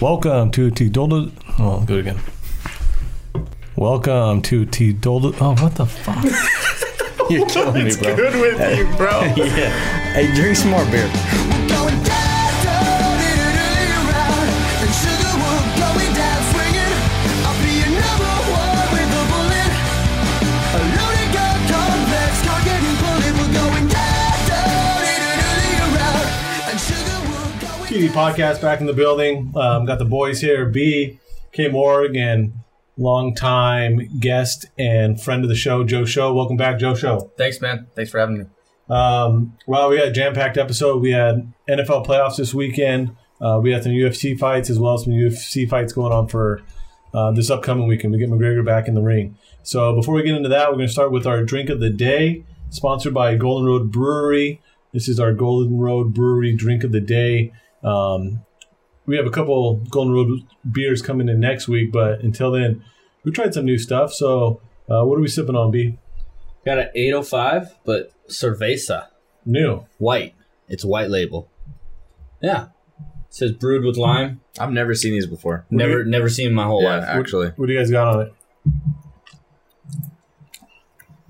Welcome to Tidolda. Oh, I'll go again. Welcome to Tidolda. Oh, what the fuck? You're killing me, bro. Good with you, bro. Yeah. Hey, drink some more beer. TV podcast back in the building. Um, got the boys here. B, K Morg, and longtime guest and friend of the show, Joe Show. Welcome back, Joe Show. Thanks, man. Thanks for having me. Um, well, we had a jam-packed episode. We had NFL playoffs this weekend. Uh, we had some UFC fights as well as some UFC fights going on for uh, this upcoming weekend. We get McGregor back in the ring. So before we get into that, we're going to start with our drink of the day, sponsored by Golden Road Brewery. This is our Golden Road Brewery drink of the day. Um, we have a couple Golden Road beers coming in next week, but until then, we tried some new stuff. So uh, what are we sipping on, B? Got an 805, but Cerveza, New. white. It's white label. Yeah. says brewed with lime. I've never seen these before. Never never seen in my whole Yeah, life. actually. What do you guys got on it?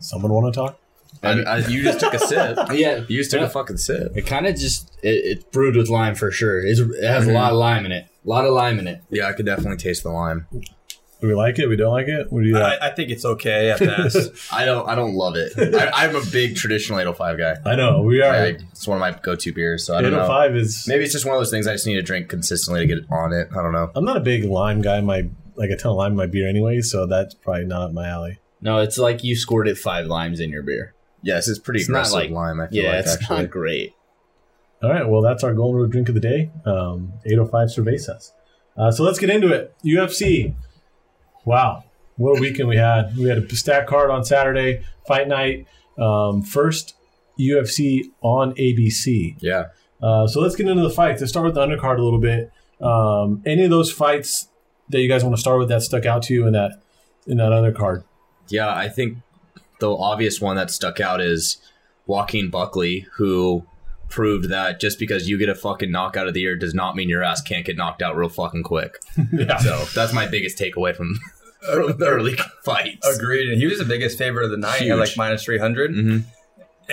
Someone want to talk? I, I, you just took a sip. Yeah. You just took Yeah. a fucking sip. It kind of just, it, it's brewed with lime for sure. It's, it has Mm-hmm. a lot of lime in it. A lot of lime in it. Yeah, I could definitely taste the lime. Do we like it? We don't like it? What do you like? I, I think it's okay at best. I don't. I don't love it. I, I'm a big traditional 805 guy. I know we are. I, it's one of my go-to beers. So I don't know. 805 is. Maybe it's just one of those things I just need to drink consistently to get on it. I don't know. I'm not a big lime guy. in My like a ton of lime in my beer anyway, so that's probably not up my alley. No, it's like you squirted five limes in your beer. Yeah, this is pretty It's not aggressive like- lime. I feel Yeah, like it's actually. not great. All right, well that's our Golden Road drink of the day. Um, 805 Cervezas. Uh, so let's get into it. UFC. Wow, what a weekend we had. We had a stack card on Saturday, fight night, um, first UFC on ABC. Yeah, Uh, so let's get into the fights. Let's start with the undercard a little bit. Um, any of those fights that you guys want to start with that stuck out to you in that in that undercard? yeah. I think the obvious one that stuck out is Joaquin Buckley, who proved that just because you get a fucking knockout of the year does not mean your ass can't get knocked out real fucking quick. yeah. So that's my biggest takeaway from, from the early fights. Agreed. And he was the biggest favorite of the night Huge. at like minus 300. hmm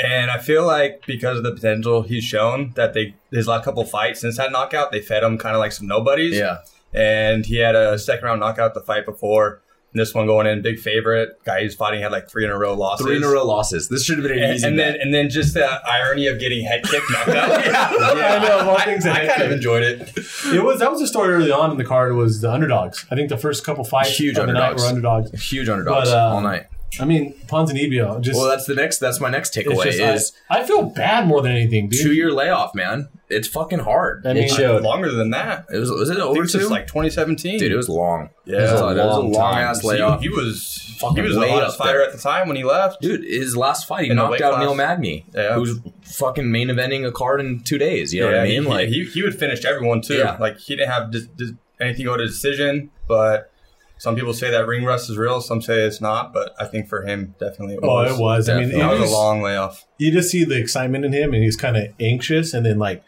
And I feel like because of the potential he's shown that they his last couple fights since that knockout, they fed him kind of like some nobodies. Yeah, And he had a second round knockout the fight before. And this one going in, big favorite. Guy he's fighting had like three in a row losses. three in a row losses. This should have been an And, easy. and then bet. and then just the irony of getting head kicked knocked out. yeah. I know, of all things, a I, head kind of kick. enjoyed it. It was that was a story early on in the card was the underdogs. I think the first couple fights Huge of the night were underdogs. huge underdogs But, uh, all night. I mean, Ponzinibbio just. Well, that's the next. That's my next it's takeaway just is I, I feel bad more than anything, dude. two year layoff, man. It's fucking hard. I mean, It showed. Longer than that. It was was it I think over it's two? just like 2017. Dude, it was long. Yeah. it was a, It was a long, long ass He- layoff. He, was Fucking he was the way hottest up there. fighter at the time when he left. Dude, his last fight, he In the knocked weight out class. Neil Magny, Yeah. who's fucking main eventing a card in two days. You know what I he- mean? he, Like, he, he would finish everyone too. Yeah. Like he didn't have dis, dis, anything go to decision, but some people say that ring rust is real. Some say it's not, but I think for him, definitely it oh, was. it was. I mean, Definitely. it That was was- a long layoff. you just see the excitement in him, and he's kind of anxious. And then, like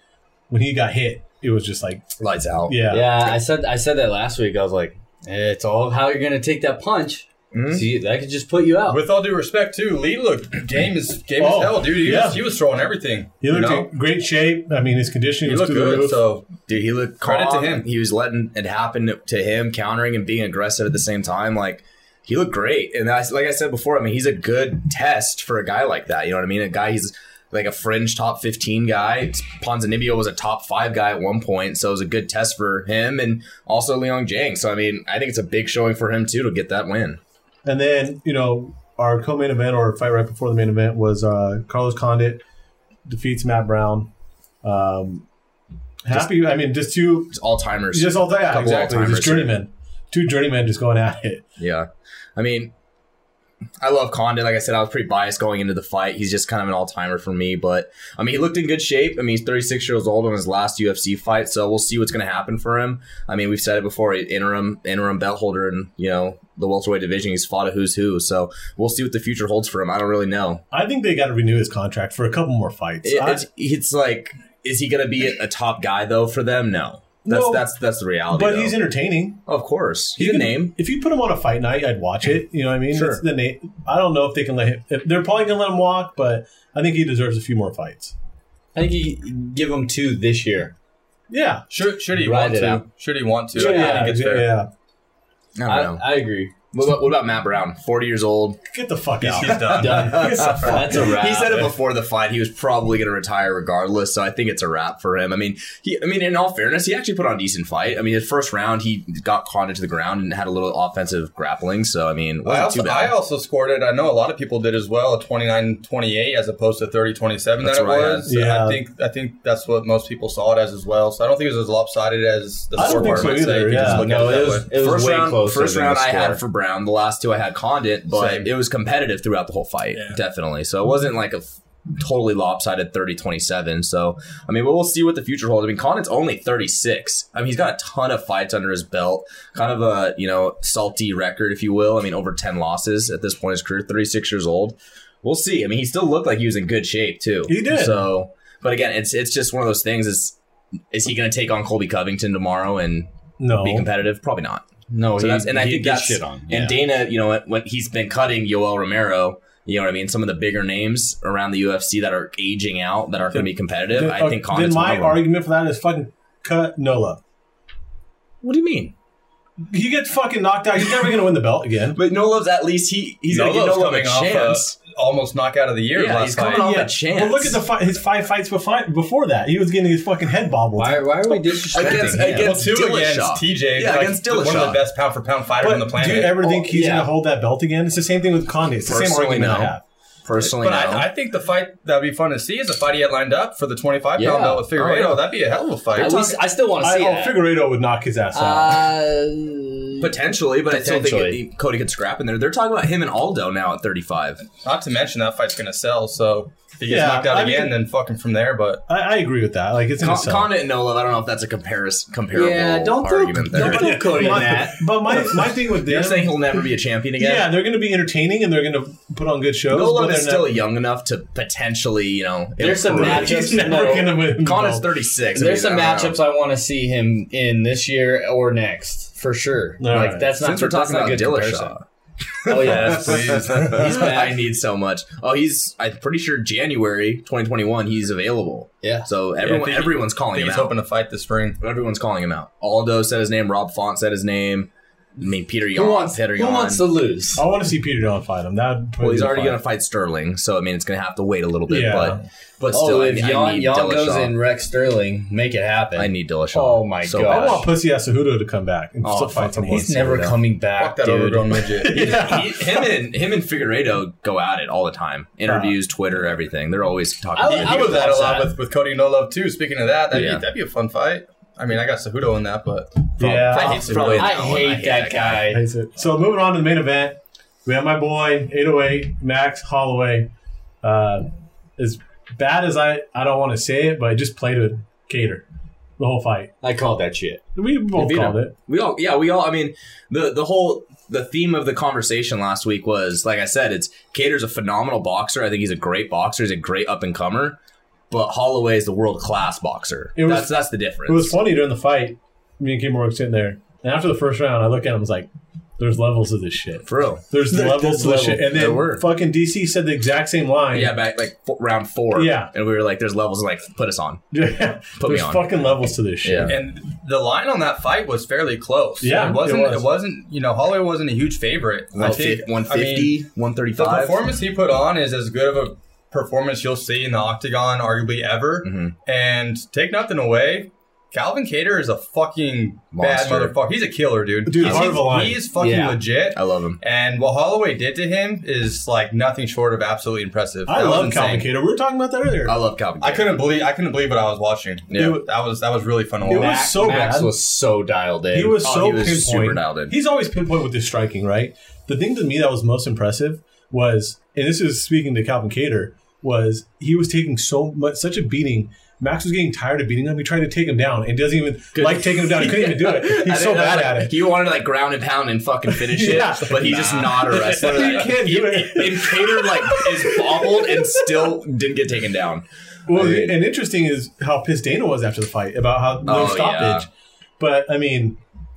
when he got hit, it was just like, lights out. yeah, Yeah, I said I said that last week. I was like, eh, it's all how you're gonna take that punch. Mhm. See, that could just put you out. With all due respect, too, Lee looked game is game Oh, is hell, dude. He, yeah. was, he was throwing everything. he you looked know? in great shape. I mean, his conditioning He was looked through the good. roof. So Dude, he looked Credit to calm. him. He was letting it happen to him, countering and being aggressive at the same time. Like he looked great, and that's like I said before. I mean, he's a good test for a guy like that. You know what I mean? A guy he's like a fringe top fifteen guy. Ponzinibbio was a top five guy at one point, so it was a good test for him and also Leon Jang. So I mean, I think it's a big showing for him too to get that win. And then, you know, our co-main event or fight right before the main event was uh, Carlos Condit defeats Matt Brown. Um, happy, I mean, just two, It's all timers. just all yeah, Couple exactly, all-timers just journeymen, two journeymen just going at it. Yeah. I mean, I love Condit. Like I said, I was pretty biased going into the fight. He's just kind of an all timer for me. But, I mean, he looked in good shape. I mean, he's 36 years old on his last UFC fight. So we'll see what's going to happen for him. I mean, we've said it before interim, interim belt holder and, you know, the welterweight division. He's fought a who's who. So we'll see what the future holds for him. I don't really know. I think they got to renew his contract for a couple more fights. It, I- it's, it's like, is he going to be a top guy, though, for them? No. That's No. that's that's the reality. But though. he's entertaining. of course. He's You a can- name. If you put him on a fight night, I'd watch it. You know what I mean? Sure. That's the name. I don't know if they can let him. If, they're probably gonna let him walk, but I think he deserves a few more fights. I think you give him two this year. Yeah, Should should he Ride want it to? out. Should he want to? Sure, I yeah, think it's fair. yeah. I don't I, know. I agree. What about, what about Matt Brown? Forty years old. Get the fuck He's, out. he's done. Done. That's a wrap. He said it before the fight. He was probably going to retire regardless, so I think it's a wrap for him. I mean, he. I mean, in all fairness, he actually put on a decent fight. I mean, his first round, he got caught into the ground and had a little offensive grappling. So I mean, wasn't I also, too I bad. also scored it. I know a lot of people did as well, a 29-28 as opposed to 30-27 That's that it right. was. Yeah. I think I think that's what most people saw it as as well. So I don't think it was as lopsided as the I don't think scorecard so might say. either, You can just yeah. look No, at it that it was way. it was first way round, closer. first than round the I had score. for Brown. The last two I had Condit, but Same. it was competitive throughout the whole fight, Yeah. definitely. So it wasn't like a f- totally lopsided 30-27. So I mean, we'll see what the future holds. I mean, Condit's only thirty six. I mean, he's got a ton of fights under his belt, kind of a you know salty record, if you will. I mean, over ten losses at this point in his career, thirty six years old. We'll see. I mean, he still looked like he was in good shape too. He did. So, but again, it's it's just one of those things. Is is he going to take on Colby Covington tomorrow and no, be competitive? Probably not. No, So he, that's, and I he think gets that's shit on. and yeah. Dana, you know, when he's been cutting Yoel Romero, you know what I mean, some of the bigger names around the UFC that are aging out that aren't going to be competitive. Then, I think uh, then Condit's one my of them. argument for that is fucking cut Nola. What do you mean? He gets fucking knocked out. He's never gonna win the belt again. But Nolove's at least he he's going to give Nolo's Nolove a coming off a- chance. almost knockout of the year yeah, last he's fight. coming off Yeah. a chance. But look at the fi- his five fights before, before that. He was getting his fucking head bobbled. Why, why are we disrespecting Against- him? against- well, two Dillashaw. against TJ, Yeah, like, against one of Dillashaw. the best pound for pound fighters But on the planet. do you ever think Oh, he's yeah. going to hold that belt again? It's the same thing with Condit. It's the same Personally, argument I no. have. Personally, But no. I, I think the fight that would be fun to see is the fight he had lined up for the 25 pound Yeah. belt with Figueredo. Oh, yeah. That'd be a hell of a I, fight. was- I still want to I, see oh, that. Figueredo would knock his ass out. Uh, Potentially, but I still Potentially. think it- Cody could scrap in there. They're talking about him and Aldo now at 35. Not to mention that fight's going to sell. So if he gets Yeah, knocked out I again, mean- then fuck him from there. But I, I agree with that. Like it's Con- gonna sell. Condit and Nolove, I don't know if that's a comparis- comparable yeah, don't throw, argument there. don't throw Cody in My- that. But my, my thing with They're them, saying he'll never be a champion again. yeah, they're going to be entertaining and they're going to put on good shows. Nolove but is they're still not- young enough to potentially, you know. There's some improve. matchups. he's Just never no. going to win. the Connor's belt. 36. There's I some mean, I don't know. matchups I want to see him in this year or next for sure. All like right. that's not Since we're that's talking not about a good comparison. Dillashaw, Oh yeah, please. he's back. I need so much. Oh, he's. I'm pretty sure January 2021 he's available. yeah. So everyone, think- everyone's I calling think him he's out. hoping to fight this spring. everyone's calling him out. Aldo said his name. Rob Font said his name. I mean, Peter Yan. Who wants? Peter Who Yan. wants to lose? Oh, I want to see Peter Dillon fight him. That well, he's already going to fight Sterling, so I mean, it's going to have to wait a little bit. Yeah. But but Oh, still, I, if I Yon, need Yon goes Dillashaw. in Rex Sterling, make it happen. I need Dillashaw. Oh my so God. I bad. want Pussy Asahudo to come back and Oh, still fight fucking someone. He's never Soto. coming back, Fuck that dude. overgrown midget. he, him and him and Figueredo go at it all the time. Interviews, Twitter, everything. They're always talking. I- about I would was that a watch lot that. with, with Cody No Love too. Speaking of that, that'd, Yeah. be, that'd be a fun fight. I mean, I got Cejudo in that, but Yeah. I I hate hate Cejudo. I that one. hate, that, guy. Hates it. So moving on to the main event, we have my boy 808 Max Holloway. Uh, as bad as I, I don't want to say it, but I just played with Cater the whole fight. I called that shit. We both beat called him. it. We all, yeah, we all. I mean, the the whole the theme of the conversation last week was, like I said, it's Cater's a phenomenal boxer. I think he's a great boxer. He's a great up and comer. But Holloway is the world class boxer. It was- that's that's the It difference. was funny during the fight. Me and Kim were sitting there, and after the first round, I look at him. I was like, "There's levels of this shit. for real. There's levels to this shit." And There then were. fucking DC said the exact same line. Yeah, back like f- round four. Yeah. and we were like, "There's levels." Like, put us on. Yeah. Put me There's on. fucking levels to this shit. Yeah. And the line on that fight was fairly close. Yeah, it wasn't. it It, was. was. not You know, Holloway wasn't a huge favorite. I think- One I mean, fifty. One thirty the five. performance he put on is as good of a performance you'll see in the octagon, arguably ever. Mhm. And take nothing away. Calvin Cater is a fucking Monster. bad motherfucker. He's a killer, dude. Dude, he's, heart of a lion. he is fucking Yeah. legit. I love him. And what Holloway did to him is like nothing short of absolutely impressive. I That was love insane. Calvin Cater. We were talking about that earlier. I love Calvin. I Cater. couldn't believe I couldn't believe what I was watching. Yeah. that was that was really fun to It watch. was so Max bad. was so dialed in. He was Oh, so he was super pinpoint. dialed in. He's always pinpoint with his striking, right? The thing to me that was most impressive was, and this is speaking to Calvin Cater, was he was taking so much, such a beating. Max was getting tired of beating him. He tried to take him down and doesn't even like taking him down. He couldn't even do it. I He's think so that was bad like- at it. He wanted to like ground and pound and fucking finish it, Yeah. but he's just not a wrestler. He Like, can't do it. And Cater like is bobbled and still didn't get taken down. Well, I mean- and interesting is how pissed Dana was after the fight about how no Oh, stoppage. But I mean,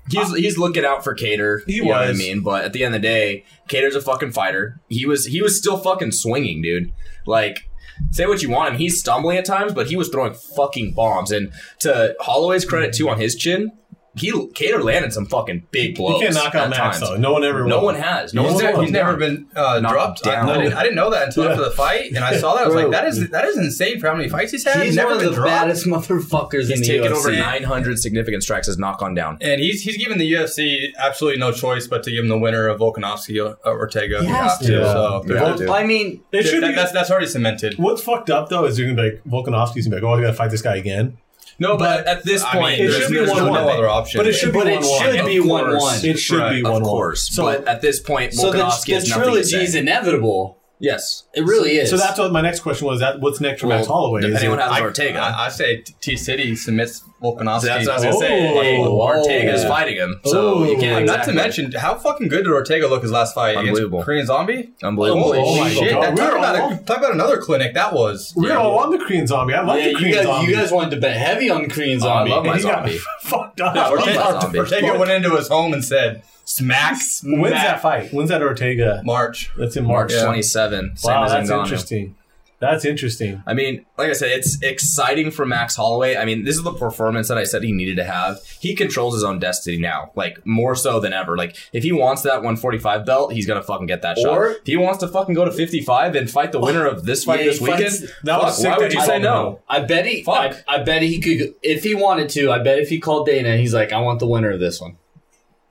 He's, he's looking out for Cater. Uh, He you know what I was. mean? But at the end of the day, Cater's a fucking fighter. He was he was still fucking swinging, dude. Like, say what you want him. He's stumbling at times, but he was throwing fucking bombs. And to Holloway's credit too, on his chin, he Cater landed some fucking big blows. you can't knock out at Max times. though. No one ever. No will. one has. No He's, one's ne- ever- he's never been uh, Knocked dropped. down. I, didn't, I didn't know that until after the fight, and I saw that. I was like, that is that is insane for how many fights he's had. He's never one of been the dropped. baddest motherfuckers in He's the taken UFC. over 900 significant strikes as knock on down. And he's he's given the UFC absolutely no choice but to give him the winner of Volkanovski or or Ortega. You Yes, have to, dude. uh, So Yeah. Vol- dude. I mean, It that- should be. that's that's already cemented. What's fucked up though is you're gonna be like Volkanovski's gonna be like, oh, I gotta fight this guy again. No, but at this I point, mean, it there's, should be there's one no one. other option. But it should but be it one one. should Of be one one. course. It should Right, be Of one course, one. So, but at this point, so the, Volkanovski the has nothing to trilogy say. is inevitable. yes, It really is. so that's what my next question was. That what's next for Max Well, Holloway? Is depending it- on how I, Ortega. I, I say T City submits Volkanovski. So that's what I was Oh. gonna say. Hey, Oh. Ortega's fighting him, so you Oh. can't. Not to exactly- mention, how fucking good did Ortega look his last fight? against Unbelievable. Korean Zombie? unbelievable. Oh, Holy my shit. God. That, We talk, were about all- a, talk about another clinic. That was. We're all on oh, the Korean zombie. I like yeah, the you Korean guys, zombie. you guys wanted to bet heavy on Korean Oh, I Zombie. love my and he got zombie. fucked up. No, Ortega- When's Ortega's zombie. Ortega went into his home and said, smack that fight? When's that Ortega? March. That's in March March. Yeah. 27. Same Wow, as that's Ngannou. interesting. That's interesting. I mean, like I said, it's exciting for Max Holloway. I mean, this is the performance that I said he needed to have. He controls his own destiny now, like more so than ever. Like if he wants that 145 belt, he's gonna fucking get that Or- shot. If he wants to fucking go to 55 and fight the winner of this fight Yeah, this he fights- weekend, that was fuck, sick why that would you he say called no? I bet he. Fuck. I, I bet he could, if he wanted to. I bet if he called Dana, he's like, "I want the winner of this one."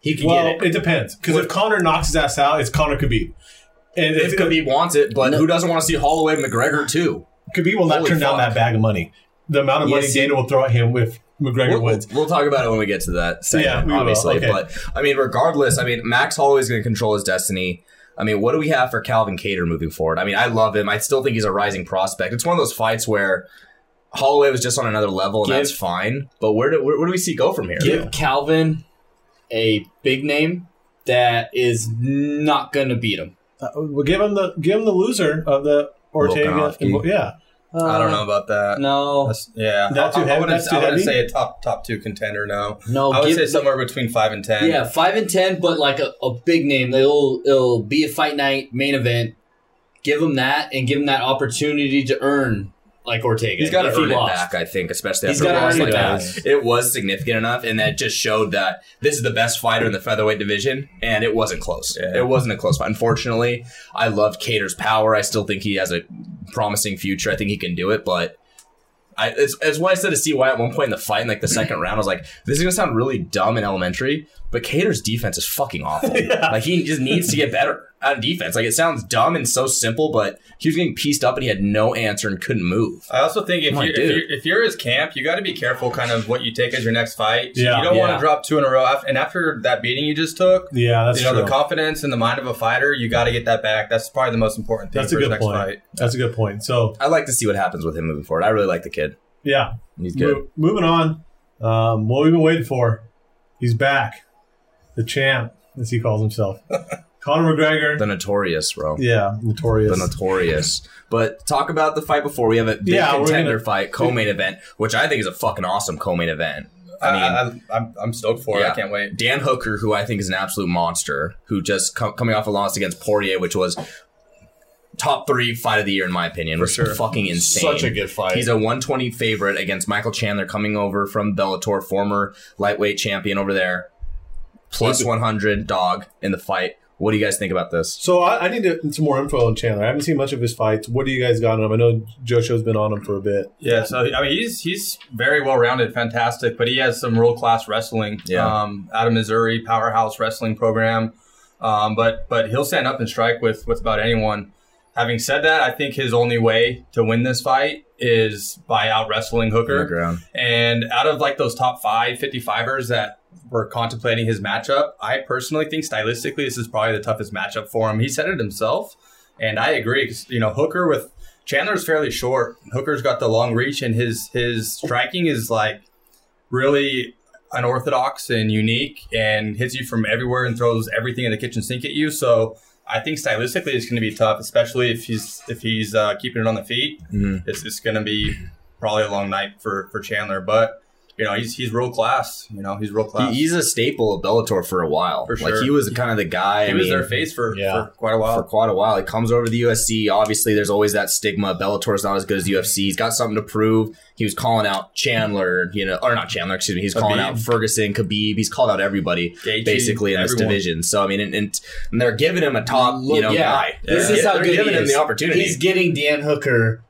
He could Well, get it. it. depends. Because if Connor knocks his ass out, it's Connor Khabib. And If if Khabib, Khabib wants it, but who doesn't want to see Holloway McGregor too? Khabib will not Holy turn down fuck. that bag of money, the amount of money Yes, he- Dana will throw at him if McGregor We'll, wins. we'll talk about it when we get to that Yeah, segment, we will. obviously. Okay. But I mean, regardless, I mean, Max Holloway's going to control his destiny. I mean, what do we have for Calvin Cater moving forward? I mean, I love him. I still think he's a rising prospect. It's one of those fights where Holloway was just on another level, and Give- that's fine. But where do where, where do we see go from here? Give Calvin a big name that is not going to beat him. Uh, we'll give him the give him the loser of the Ortega. Volkanovski. yeah, I don't know about that. No, That's- yeah. Uh, That's I, I- too I heavy- wouldn't, that's too I heavy? wouldn't say a top top two contender, no. no. I would give say the- somewhere between 5 and 10. Yeah, five and ten, but like a, a big name. It'll it'll be a fight night main event. Give him that and give him that opportunity to earn like Ortega. He's got to if he earn it lost. back, I think, especially He's after a gotta loss earn like it that. back. It was significant enough, and that just showed that this is the best fighter in the featherweight division, and it wasn't close. Yeah. It wasn't a close fight. Unfortunately, I love Cater's power. I still think he has a promising future. I think he can do it, but. I, it's, it's why I said to CY at one point in the fight, in like the second round, I was like, this is going to sound really dumb and elementary, but Cater's defense is fucking awful. Like, he just needs to get better on defense. Like, it sounds dumb and so simple, but he was getting pieced up and he had no answer and couldn't move. I also think if Come on, you're, if dude. you're if you're his camp, you got to be careful, kind of what you take as your next fight. Yeah. you don't want Yeah. to drop two in a row. After, and after that beating you just took, yeah, that's you know true. the confidence in the mind of a fighter, you got to get that back. That's probably the most important thing That's a for his good next point. fight. That's a good point. So I'd like to see what happens with him moving forward. I really like the kid. yeah, He's good. Mo- moving on. Um, what we've been waiting for. He's back. The champ, as he calls himself. Conor McGregor. The notorious, bro. yeah, The notorious. notorious. But talk about the fight before. We have a big Yeah, we're contender gonna- fight, co-main event, which I think is a fucking awesome co-main event. I I mean, I, am I'm stoked for it. Yeah. I can't wait. Dan Hooker, who I think is an absolute monster, who just co- coming off a loss against Poirier, which was top three fight of the year in my opinion, was sure. fucking insane. Such a good fight. He's a 120 favorite against Michael Chandler coming over from Bellator, former lightweight champion over there. Plus 100 dog in the fight. What do you guys think about this? So I, I need to, some more info on Chandler. I haven't seen much of his fights. What do you guys got on him? I know Josho's been on him for a bit. Yeah, so I mean, he's he's very well rounded, fantastic, but he has some world class wrestling. Yeah. Um, out of Missouri, powerhouse wrestling program. Um, but but he'll stand up and strike with with about anyone. Having said that, I think his only way to win this fight is by out wrestling Hooker. Underground. And out of like those top five 55ers that were contemplating his matchup, I personally think stylistically this is probably the toughest matchup for him. He said it himself, and I agree. 'cause, you know, Hooker with Chandler's fairly short. Hooker's got the long reach, and his his striking is like really unorthodox and unique, and hits you from everywhere and throws everything in the kitchen sink at you. So. I think stylistically it's going to be tough, especially if he's if he's uh, keeping it on the feet Mhm. it's, it's going to be probably a long night for, for Chandler. But you know, he's he's real class. You know, he's real class. He, he's a staple of Bellator for a while. For Like sure. he was kind of the guy. He I was mean, their face for, Yeah. for quite a while. for quite a while. He comes over to the USC. Obviously, there's always that stigma. Bellator's not as good as UFC. He's got something to prove. He was calling out Chandler, you know, or not Chandler, excuse me. He's calling Khabib. out Ferguson, Khabib. He's called out everybody Gaethje, basically in this E everyone. division. So I mean, and, and, and they're giving him a top, you Look, know, yeah. guy. This They're is gi- how they're good he giving him is. the opportunity. He's getting Dan Hooker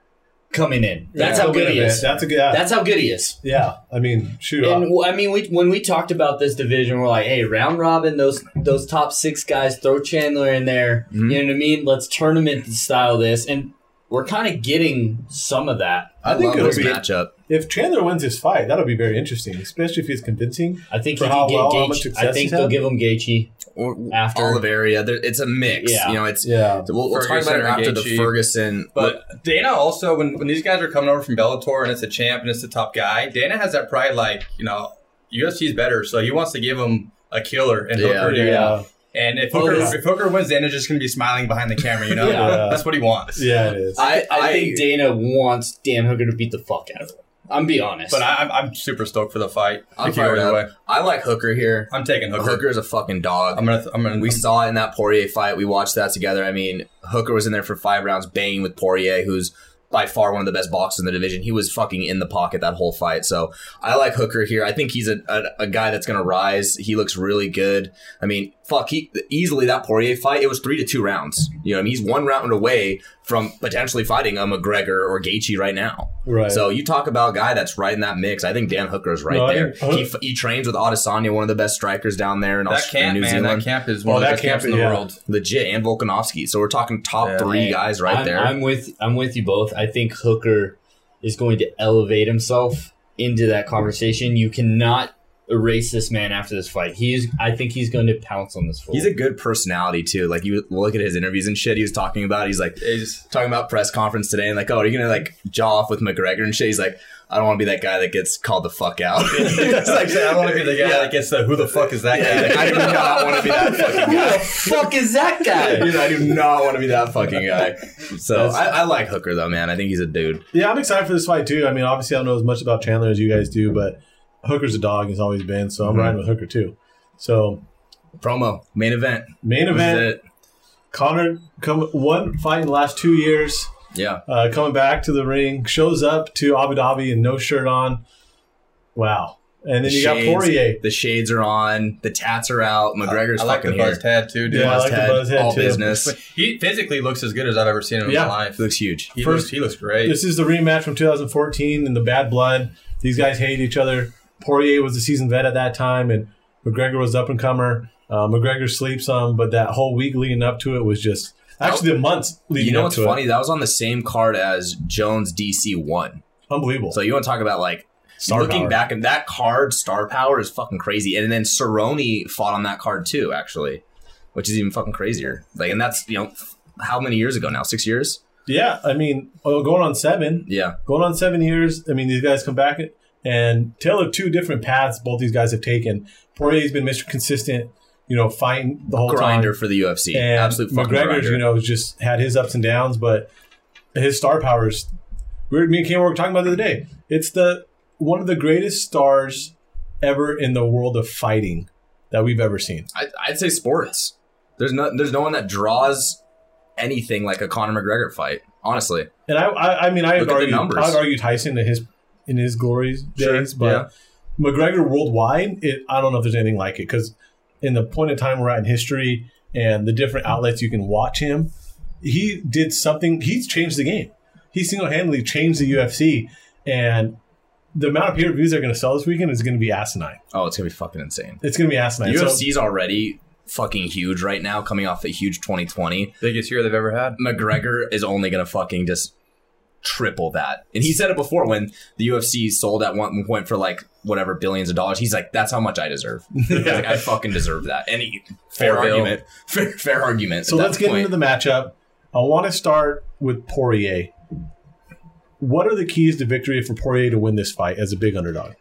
coming in. That's Yeah. how good he is. That's a good. Yeah, That's how good he is. yeah. I mean, shoot. uh, And w- I mean, we when we talked about this division, we're like, hey, round robin those those top six guys. Throw Chandler in there. Mm-hmm. Mhm. You know what I mean? Let's tournament style this, and we're kind of getting some of that. I, I think love it'll this be- matchup. if Chandler wins his fight, that'll be very interesting, especially if he's convincing. I think For he how can get well, how much Gaethje. success I think he's they'll had? give him Gaethje. Or, After- Oliveria, There- it's a mix. Yeah. You know, it's Yeah. we'll, we'll talk about it Ferguson or after the Gaethje. Ferguson. But Dana also, when, when these guys are coming over from Bellator and it's a champ and it's the top guy, Dana has that pride, like, you know, UFC's better. So he wants to give him a killer and Yeah. Hooker, dude. Yeah. And if Oh, Hooker, this- if Hooker wins, Dana's just going to be smiling behind the camera, you know? Yeah. That's what he wants. Yeah. It is. I, I, I- think Dana wants Dan Hooker to beat the fuck out of him. I'm be honest. But I, I'm, I'm super stoked for the fight. I'm If you go fired either up. I like Hooker here. I'm taking Hooker. Hooker's a fucking dog. I'm going to, I'm going to, We saw it in that Poirier fight. We watched that together. I mean, Hooker was in there for five rounds, banging with Poirier, who's by far one of the best boxers in the division. He was fucking in the pocket that whole fight. So I like Hooker here. I think he's a, a, a guy that's going to rise. He looks really good. I mean, fuck, he easily that Poirier fight, it was three to two rounds. You know, what I mean, he's one round away from potentially fighting a McGregor or Gaethje right now. right. So you talk about a guy that's right in that mix. I think Dan Hooker is right No, I there. think- he, f- he trains with Adesanya, one of the best strikers down there in, that Australia, camp, New man. Zealand That camp is Oh, one of the that best camp camps in the is- yeah. world. legit and Volkanovski. So we're talking top Yeah. three guys right I'm, there. I'm with I'm with you both. I think Hooker is going to elevate himself into that conversation. You cannot erase this man after this fight. He is. I think he's going to pounce on this fool. He's a good personality too. Like you look at his interviews and shit. He was talking about. He's like It's- talking about press conference today and like, oh, are you gonna like jaw off with McGregor and shit? He's like, I don't want to be that guy that gets called the fuck out. it's like, I don't want to be the guy Yeah. that gets the who the fuck is that Yeah, guy? like, I do not want to be that fucking Who the guy. fuck is that guy? You know, I do not want to be that fucking guy. So That's- I, I like Hooker though, man. I think he's a dude. Yeah, I'm excited for this fight too. I mean, obviously, I don't know as much about Chandler as you guys do, but Hooker's a dog. He's always been, so I'm Mhm. riding with Hooker too. So Promo main event. main This is event, it. Connor come one fight in the last two years, Yeah, uh, coming back to the ring, shows up to Abu Dhabi and no shirt on. Wow! And then you Shades. got Poirier. the shades are on. The tats are out. McGregor's I like fucking the here. buzzed head too, dude. Yeah, I like the Buzzhead, buzzed head, all too. business. He physically looks as good as I've ever seen him Yeah. in my life. He looks huge. He First- looks, he looks great. This is the rematch from 2014 and the Bad Blood. These guys hate each other. Poirier was a seasoned vet at that time, and McGregor was up and comer. Uh, McGregor sleeps some, but that whole week leading up to it was just actually the months leading You know up what's to funny? That was on the same card as Jones DC one. it. Unbelievable. So you want to talk about like Star looking power. back and that card star power is fucking crazy. And then Cerrone fought on that card too, actually, which is even fucking crazier. Like, and that's you know how many years ago now? Six years? yeah, I mean, oh, going on seven, Yeah, going on seven years. I mean, these guys come back and tell of two different paths both these guys have taken. Poirier's been Mr. Consistent, you know, fighting the whole time. grinder for the UFC. and Absolute fucking McGregor's, grinder. you know, just had his ups and downs, but his star powers. We were, me and Cam were talking about it the other day. It's the one of the greatest stars ever in the world of fighting that we've ever seen. I, I'd say sports. There's no there's no one that draws anything like a Conor McGregor fight. Honestly, And I, I, I mean, I would Look at the argue, numbers. I would argue Tyson in his in his glory Sure, days, but McGregor worldwide, it, I don't know if there's anything like it because in the point of time we're at in history and the different outlets you can watch him, he did something. He's changed the game. He single handedly changed the UFC, and the amount of pay per views they're going to sell this weekend is going to be asinine. oh, it's gonna be fucking insane. It's going to be asinine. So- UFC's already fucking huge right now, coming off a huge 2020. biggest year they've ever had. McGregor is only going to fucking just triple that. And he said it before when the UFC sold at one point for like whatever billions of dollars. He's like, that's how much I deserve. He's like, I fucking deserve that. Any fair Fair bill. argument. Fair, fair argument. So let's get into the matchup. I want to start with Poirier. What are the keys to victory for Poirier to win this fight as a big underdog?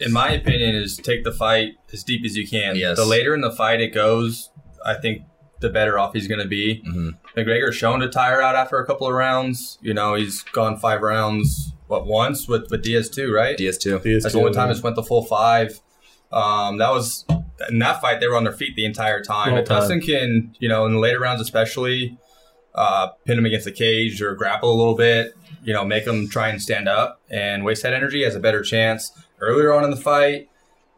In my opinion, is take the fight as deep as you can. Yes. The later in the fight it goes, I think the better off he's going to be. Mhm. McGregor's shown to tire out after a couple of rounds. You know, he's gone five rounds what once with with Diaz too, right? DS2. Diaz That's too, the one time yeah. it's went the full five. Um, that was in that fight they were on their feet the entire time. Well If Dustin can, you know, in the later rounds especially, uh, pin him against the cage or grapple a little bit. You know, make him try and stand up and waste that energy has a better chance earlier on in the fight.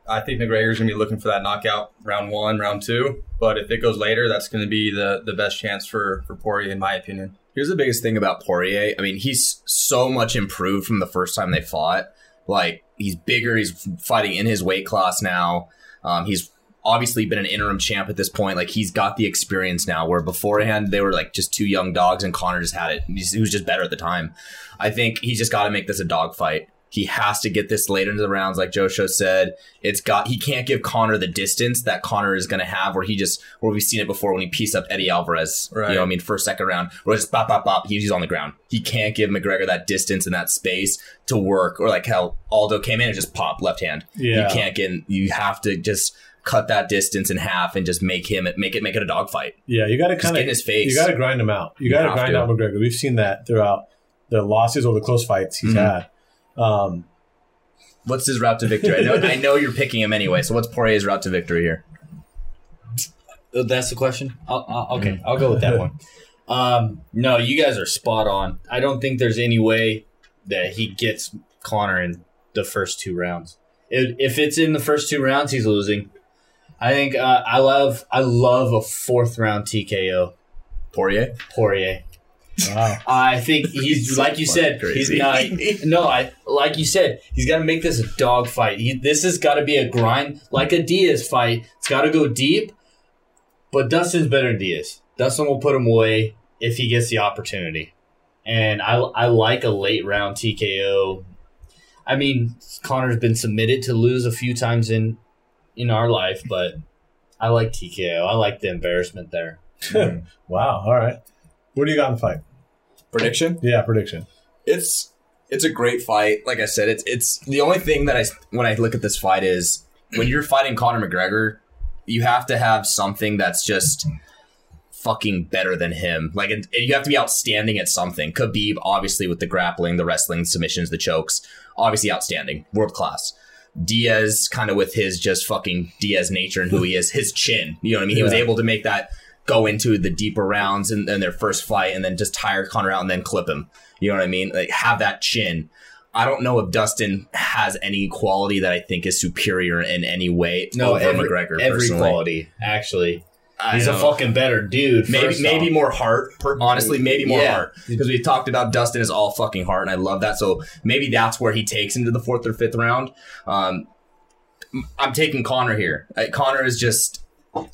I think McGregor's gonna be looking for that knockout round one, round two. But if it goes later, that's gonna be the the best chance for for Poirier, in my opinion. Here's the biggest thing about Poirier. I mean, he's so much improved from the first time they fought. Like, he's bigger. He's fighting in his weight class now. Um, he's obviously been an interim champ at this point. Like, he's got the experience now, where beforehand they were like just two young dogs and Connor just had it. He's- He was just better at the time. I think he's just got to make this a dog fight. He has to get this later into the rounds, like Joshua said. It's got he can't give Connor the distance that Connor is going to have, where he just where we've seen it before when he pieced up Eddie Alvarez. You Right. know, what I mean, first second round, where it's bop bop bop, he's on the ground. He can't give McGregor that distance and that space to work, or like how Aldo came in and just popped left hand. Yeah. you can't get. in- You have to just cut that distance in half and just make him make it make it a dogfight. Yeah, you got to Just kind get of in his face. You got to grind him out. You, You got to have grind to. out McGregor. We've seen that throughout the losses or the close fights he's Mhm. Mm-hmm. had. Um, What's his route to victory? I know, I know you're picking him anyway. So what's Poirier's route to victory here? Uh, That's the question. I'll, I'll, okay, I'll go with that one. Um, no, you guys are spot on. I don't think there's any way that he gets Connor in the first two rounds. If, if it's in the first two rounds, he's losing. I think uh, I love I love a fourth round TKO Poirier. Poirier. wow. I think he's So like you fucking said. crazy. He's not. No, I like you said. He's got to make this a dog fight. He, this has got to be a grind, like a Diaz fight. It's got to go deep. But Dustin's better than Diaz. Dustin will put him away if he gets the opportunity. And I, I like a late round TKO. I mean, Connor's been submitted to lose a few times in in our life, but I like TKO. I like the embarrassment there. Wow. All right. What do you got in the fight? Prediction. Yeah, prediction. it's it's a great fight. Like I said, it's it's the only thing that I when I look at this fight is when you're fighting Conor McGregor, you have to have something that's just fucking better than him. Like and and you have to be outstanding at something. Khabib obviously with the grappling, the wrestling, submissions, the chokes, obviously outstanding, world class. Diaz kind of with his just fucking Diaz nature and who he is, his chin. You know what I mean? He was Yeah. able to make that go into the deeper rounds and then their first fight and then just tire Connor out and then clip him. You know what I mean? Like have that chin. I don't know if Dustin has any quality that I think is superior in any way No, over every- McGregor Every personally. quality, actually. I He's a don't- fucking better dude. Maybe first maybe off. more heart. per- Honestly, maybe more Yeah. heart because we talked about Dustin is all fucking heart, and I love that. So maybe that's where he takes him to the fourth or fifth round. Um, I'm taking Connor here. Uh, Connor is just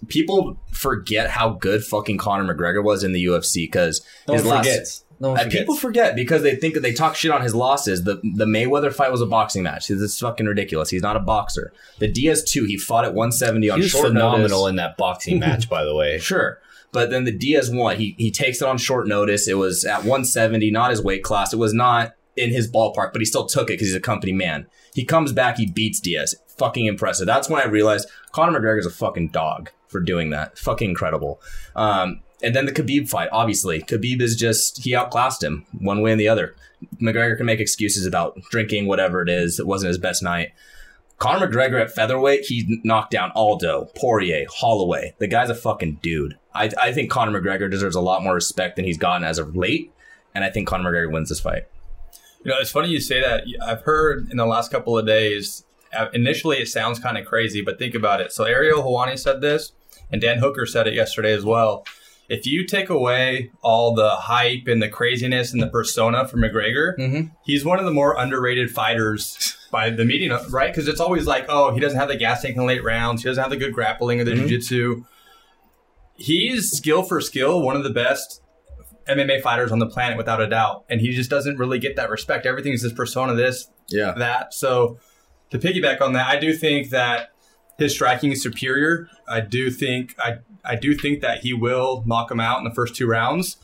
people forget how good fucking Connor McGregor was in the UFC because No his one last forgets. No one uh, forgets. people forget because they think that they talk shit on his losses. The the Mayweather fight was a boxing match. This is fucking ridiculous. He's not a boxer. The Diaz two, he fought at 170 on he was short phenomenal notice. in that boxing match, by the way. Sure. But then the Diaz one, he he takes it on short notice. It was at 170, not his weight class. It was not in his ballpark, but he still took it because he's a company man. He comes back, he beats Diaz. Fucking impressive. That's when I realized Conor McGregor's a fucking dog for doing that. Fucking incredible. Um, and then the Khabib fight, obviously. Khabib is just, he outclassed him one way and the other. McGregor can make excuses about drinking, whatever it is. It wasn't his best night. Conor McGregor at featherweight, he knocked down Aldo, Poirier, Holloway. The guy's a fucking dude. I, I think Conor McGregor deserves a lot more respect than he's gotten as of late, and I think Conor McGregor wins this fight. You know, it's funny you say that. I've heard in the last couple of days. uh, Initially, it sounds kind of crazy, but think about it. So Ariel Hawani said this, and Dan Hooker said it yesterday as well. If you take away all the hype and the craziness and the persona from McGregor, he's one of the more underrated fighters by the media, right? Because it's always like, oh, he doesn't have the gas tank in the late rounds. He doesn't have the good grappling or the jiu-jitsu. He's skill for skill, one of the best MMA fighters on the planet without a doubt. And he just doesn't really get that respect. Everything is this persona, this, Yeah. that. So to piggyback on that, I do think that his striking is superior. I do think I I do think that he will knock him out in the first two rounds.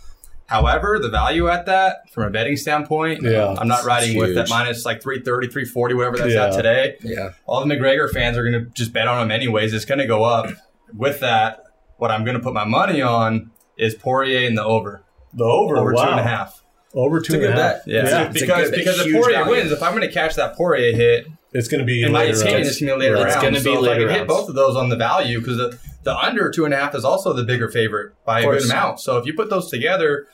However, the value at that from a betting standpoint, Yeah. I'm not riding with Huge. that minus like 330, 340, whatever that's at Yeah. today. Yeah. All the McGregor fans are going to just bet on him anyways. It's going to go up. With that, what I'm going to put my money on is Poirier in the over. The over. Over wow. two and a half. Over two and a half. Yeah, Yeah. It's a good because bet. because if Huge Poirier value. wins, if I'm going to catch that Poirier hit, It's going to be in my later opinion, rounds. it's going to be later It's rounds. gonna be so if I later can hit rounds. both of those on the value because the, the under two and a half is also the bigger favorite by Of a good course. amount. So if you put those together,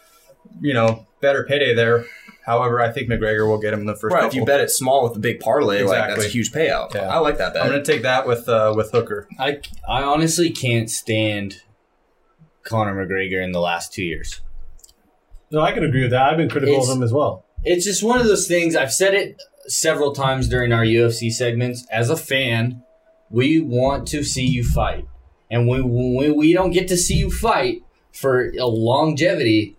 you know, better payday there. However, I think McGregor will get him in the first. Right, if couple. you bet it small with a big parlay, like that's Exactly. a huge payout. Yeah. I like that I'm bet. going to take that with uh, with Hooker. I I honestly can't stand Conor McGregor in the last two years. No, I can agree with that. I've been critical It's- of him as well. It's just one of those things. I've said it several times during our UFC segments. As a fan, we want to see you fight, and when when we don't get to see you fight for a longevity,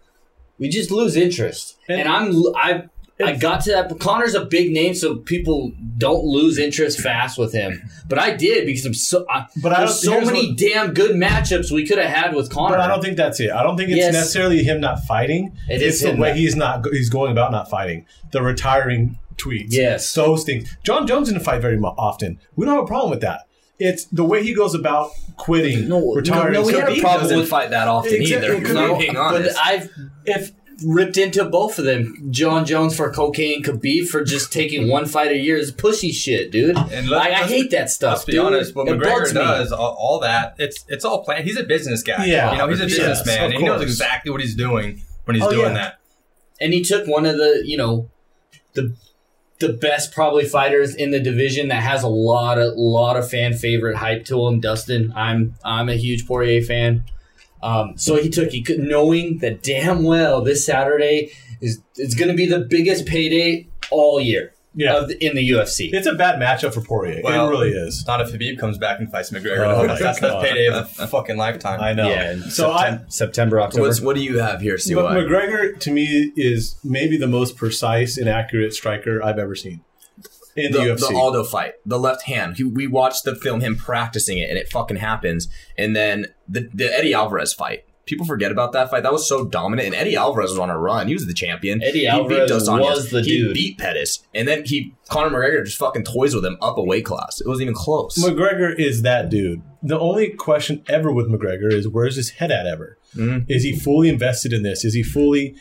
we just lose interest. And, And- I'm I. I got to that. Connor's a big name, so people don't lose interest fast with him. But I did because I'm so. I, But I don't- there's so here's many what- damn good matchups we could have had with Connor. But I don't think that's it. I don't think it's Yes. necessarily him not fighting. It it's is the him way not- he's not he's going about not fighting. The retiring tweets. Yes. Those things. John Jones didn't fight very mo- often. We don't have a problem with that. It's the way he goes about quitting, No, retiring. no, no, we So had a he problem doesn't- with- fight that often Exactly. either. It If could I'm be- being honest. But I've if ripped into both of them. John Jones for cocaine, Khabib for just taking one fight a year is pussy shit, dude. And let- like, I let's- hate that stuff. Let's be dude. honest. What It bugs McGregor me. does, all, all that, it's it's all planned. He's a business guy. Yeah. you know, he's a Yes, businessman. of and he knows course. exactly what he's doing when he's Oh, doing yeah. that. and he took one of the you know the the best probably fighters in the division that has a lot of lot of fan favorite hype to him. Dustin, I'm I'm a huge Poirier fan. Um, so he took he could knowing that damn well this Saturday is it's going to be the biggest payday all year Yeah. of the, in the UFC. It's a bad matchup for Poirier. Well, it really is. It's not if Habib comes back and fights McGregor. Oh, my that's the God. payday of a fucking lifetime. I know. Yeah, and so I September October. What's, what do you have here, CY? But McGregor to me is maybe the most precise and accurate striker I've ever seen in the, the, UFC. the Aldo fight, the left hand. He, we watched the film, him practicing it, and it fucking happens. And then the, the Eddie Alvarez fight. People forget about that fight. That was so dominant. And Eddie Alvarez was on a run. He was the champion. Eddie he Alvarez Dos Anjos. was the he dude. beat Pettis. And then he Conor McGregor just fucking toys with him up a weight class. It wasn't even close. McGregor is that dude. The only question ever with McGregor is where's his head at ever? Mhm. Is he fully invested in this? Is he fully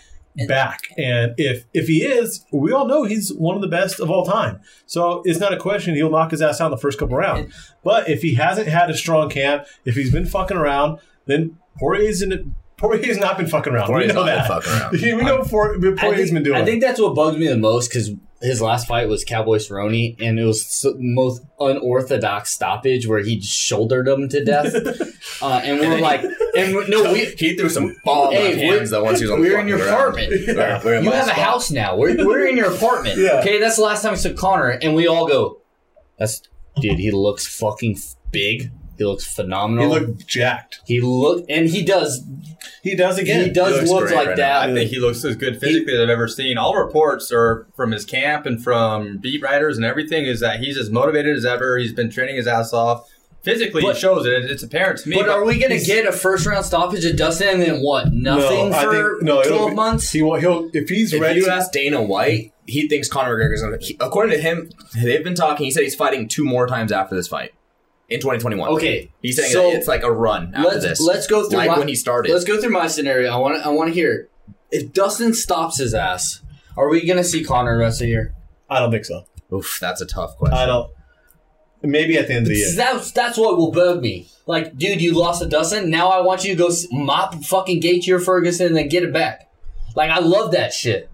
back? And if if he is, we all know he's one of the best of all time. So it's not a question he'll knock his ass out in the first couple rounds. But if he hasn't had a strong camp, if he's been fucking around, then Poirier's in Poirier's not been fucking around. Poirier's we know not been that. fucking around. we know Poirier, I Poirier's think, been doing. I it. think that's what bugged me the most because his last fight was Cowboy Cerrone, and it was so, most unorthodox stoppage where he shouldered him to death. uh, and we're like, and we're- no, we. he threw some bomb Hey, on hands we're- that once he was on the We're in fucking your ground. apartment. We're- we're in You my have a spot. house now. We're, we're in your apartment. Yeah. Okay, that's the last time we saw Connor, and we all go, "That's dude. He looks fucking f- big. He looks he phenomenal. looked jacked. He look, and he does. He does again. he does looks look great like right now. that. I think he looks as good physically as I've ever seen. All reports are from his camp and from beat writers and everything is that he's as motivated as ever. He's been training his ass off. Physically, But- it shows it. It's apparent to me. But are we going to he's- get a first round stoppage at Dustin and then what? Nothing I for think- no, it'll 12 be- months? He will. He'll if he's If ready. you ask Dana White, he thinks Conor McGregor's gonna. He, according to him, they've been talking. He said he's fighting two more times after this fight in 2021. okay. he's saying so that it's like a run after let's, this. let's go through like my, when he started. Let's go through my scenario. I want to I want to hear if Dustin stops his ass, are we going to see Connor the rest of the year? I don't think so. Oof, that's a tough question. Uh, I don't. Maybe at the end of the year. That's that's what will bug me. Like, dude, you lost to Dustin. Now I want you to go s- mop fucking Gaethje or Ferguson and then get it back. Like, I love that shit.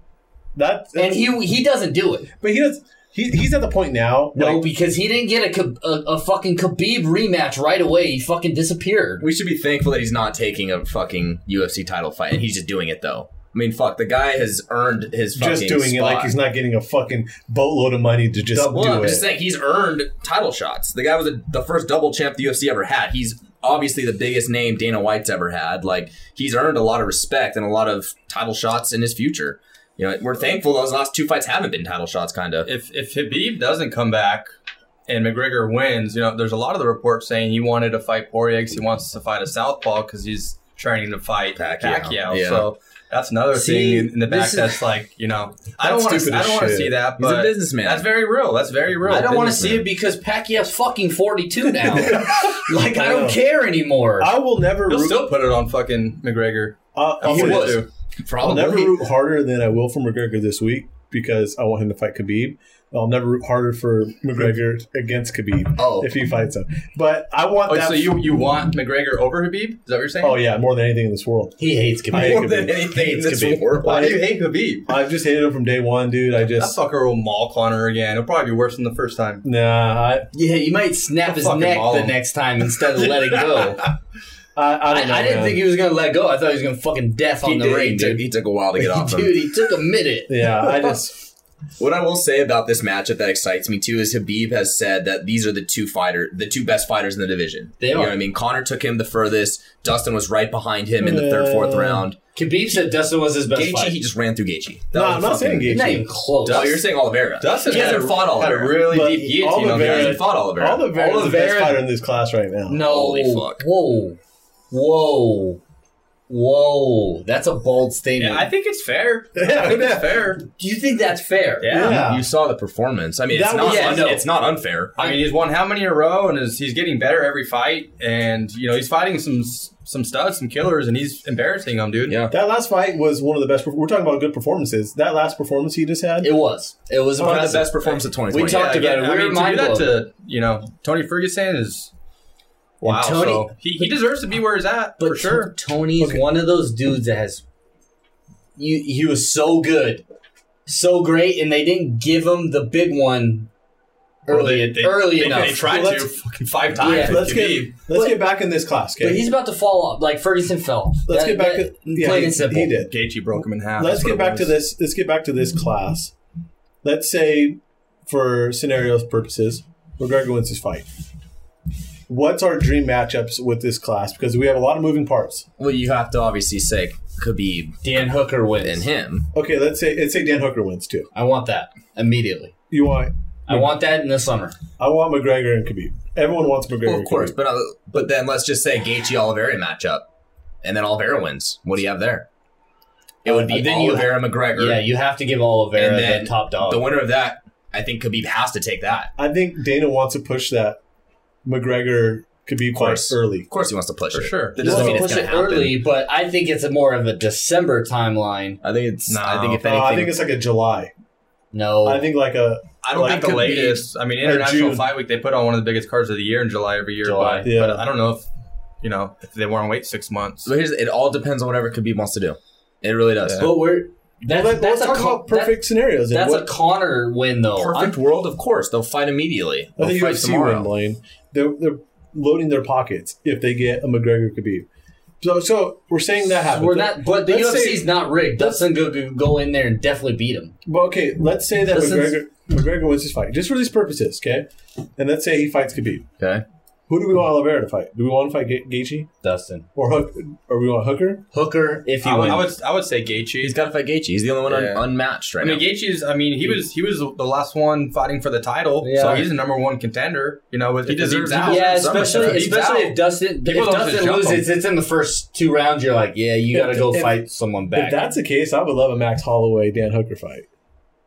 That And he he doesn't do it. but he does. He, he's at the point now. No, like, because he didn't get a, Kh- a a fucking Khabib rematch right away. He fucking disappeared. We should be thankful that he's not taking a fucking UFC title fight, and he's just doing it though. I mean, fuck, the guy has earned his fucking just doing it like spot. he's not getting a fucking boatload of money to just Well, do I'm it. just saying he's earned title shots. The guy was a, the first double champ the UFC ever had. He's obviously the biggest name Dana White's ever had. Like he's earned a lot of respect and a lot of title shots in his future. You know, we're thankful those last two fights haven't been title shots, kind of. if if Habib doesn't come back and McGregor wins, you know, there's a lot of the reports saying he wanted to fight Poirier 'cause he wants to fight a southpaw because he's training to fight Pacquiao. Pacquiao. Yeah. So that's another See, thing in the back this is- that's like, you know, I don't That's want to stupid I as don't want to shit. see that, He's a but businessman. that's very real. That's very real. I don't want to Businessman. see it because Pacquiao's fucking 42 now. like, I don't care anymore. I will never He'll root. still put it on fucking McGregor. I'll- I'll He put it was. too. I'll Probably. never root harder than I will for McGregor this week because I want him to fight Khabib. I'll never root harder for McGregor against Khabib oh, if he fights him. But I want Oh, that. so you you want McGregor over Habib? Is that what you're saying? oh yeah, more than anything in this world. He hates I- Khabib. More than anything in Hates this Khabib. world. Why do you Why? hate Habib? I've just hated him from day one, dude. I That just fucker will maul Connor again. It'll probably be worse than the first time. nah. I Yeah, you might snap his Fucking neck maul the him. next time instead of letting go. I, I I, don't know. I didn't man. think he was gonna let go. I thought he was gonna fucking death on he, the did, ring, he, took, dude. he took a while to get off him. dude, he took a minute. Yeah, I just What I will say about this matchup that excites me too is Habib has said that these are the two fighter, the two best fighters in the division. They you know are. what I mean? Connor took him the furthest. Dustin was right behind him in the third, fourth Yeah. round. Khabib said Dustin was his best Gaethje, fight. he just ran through Gaethje. No, I'm not saying Gaethje. He's not even close. Oh, you're saying Oliveira. Dustin he hasn't had a- fought Had a Oliveira. really But deep guillotine on he Oliveira- the hasn't fought Oliveira. Oliveira is the best Oliveira- fighter in this class right now. no, Holy fuck. whoa, whoa, whoa! That's a bold statement. Yeah, I think it's fair. Yeah, I think it's fair. Do you think that's fair? Yeah. Yeah. You saw the performance. I mean, it's That not, was- yeah, un- no. it's not unfair. I mean, he's won how many in a row, and is, he's getting better every fight. And you know, he's fighting some some studs, some killers, and he's embarrassing them, dude. Yeah. That last fight was one of the best. We're talking about good performances. That last performance he just had. It was. It was One of the impressive. best performance of 2020. We talked Yeah, about it. I mean, We were to do mind that blown. to you know Tony Ferguson is wow. Tony- so he, he deserves to be where he's at But for sure. Tony's one of those dudes that has. You, he was so good, so great, and they didn't give him the big one Or early, they- they- early they- enough. They tried Well, to let's- fucking five times. Yeah, with let's get Khabib. let's But- get back in this class, But okay? he's about to fall off, like Ferguson fell. Let's That- get back that- to yeah, plain he, and simple. he did. Gaethje broke him in half. let's That's what get it back was. to this. Let's get back to this class. Let's say, for scenarios purposes, McGregor wins his fight. What's our dream matchups with this class? Because we have a lot of moving parts. well, you have to obviously say Khabib Dan Hooker and wins. him. Okay, let's say let's say Dan Hooker wins too. I want that immediately. You want? I want that in the summer. I want McGregor and Khabib. Everyone wants McGregor. Well, of and course, Khabib. but uh, but then let's just say Gaethje Oliveira matchup, and then Oliveira wins. What do you have there? It would be Uh, then you Oliveira McGregor. Yeah, you have to give Oliveira And then the top dog. The winner of that, I think Khabib has to take that. I think Dana wants to push that McGregor Khabib fight course. early. Of course, he wants to push For it. sure. That You doesn't want mean to it's push going it to happen. early, but I think it's a more of a December timeline. I think it's. I No. think if Uh, anything, I think it's like a July. No, I think like a I don't Like think the Khabib latest. I mean, or International June. Fight Week, they put on one of the biggest cards of the year in July every year. July. But, Yeah. but I don't know if, you know, if they want to wait six months. so here's, it all depends on whatever Khabib wants to do. It really does. Yeah. but we're that's Let, that's us a talk co- about perfect scenarios. that- and that's what- a Connor win though. Perfect world, of course. They'll fight immediately. I They'll think fight UFC win, tomorrow. Blaine. They're, they're loading their pockets if they get a McGregor Khabib. So, so we're saying that happens. We're not, but the Let's UFC's say- not rigged. Dustin go, go go in there and definitely beat him. But okay, let's say that This is- McGregor McGregor wins his fight just for these purposes, okay? And let's say he fights Khabib. Okay. Who do we want Oliveira to fight? Do we want to fight Ga- Gaethje Dustin or Hook? Or we want Hooker? Hooker, if he I would, wins, I would, I would say Gaethje. He's got to fight Gaethje. He's the only one un- Yeah. unmatched right I mean, now. Gaethje's. I mean, he was he was the last one fighting for the title, Yeah. so he's the number one contender. You know, with He if deserves Khabib's out. yeah, Dustin Summers, especially he's especially out. if Dustin People if don't just Dustin jump loses, it's in the first two rounds. You're like, yeah, you got to go If- fight someone If back. that's the case, I would love a Max Holloway Dan Hooker fight.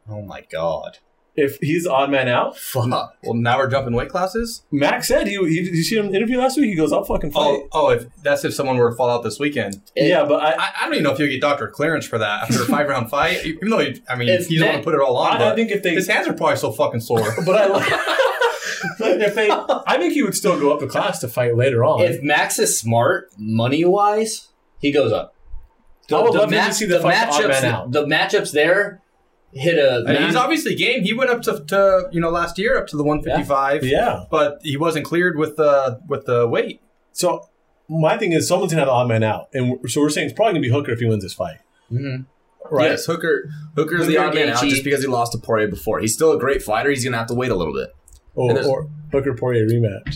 oh my god, If he's odd man out, fuck! Well, now we're jumping weight classes. Max said he, he you see him interview last week. He goes, "I'll fucking fight." Oh, oh, if that's if someone were to fall out this weekend, If- yeah, but I, I, I don't even know if you get doctor clearance for that after a five round fight. Even though he, I mean, If he's the that- one to put it all on. I, I But think if they his hands are probably so fucking sore. But I like if they. I think he would still go up a class to fight later on. If Max is smart money wise, he goes up. I would love match- to see the, fight odd man matchups, out. the matchups there hit a. I mean, he's obviously game. He went up to, to you know last year up to the one fifty five, Yeah. but he wasn't cleared with the with the weight. So my thing is, someone's gonna have the odd man out, and we're, so we're saying it's probably gonna be Hooker if he wins this fight, Mhm. right? Yes, Hooker. Hooker's the Hooker, odd man out Gaethje. just because he lost to Poirier before. He's still a great fighter. He's going to have to wait a little bit. Or, And there's- or Hooker Poirier rematch.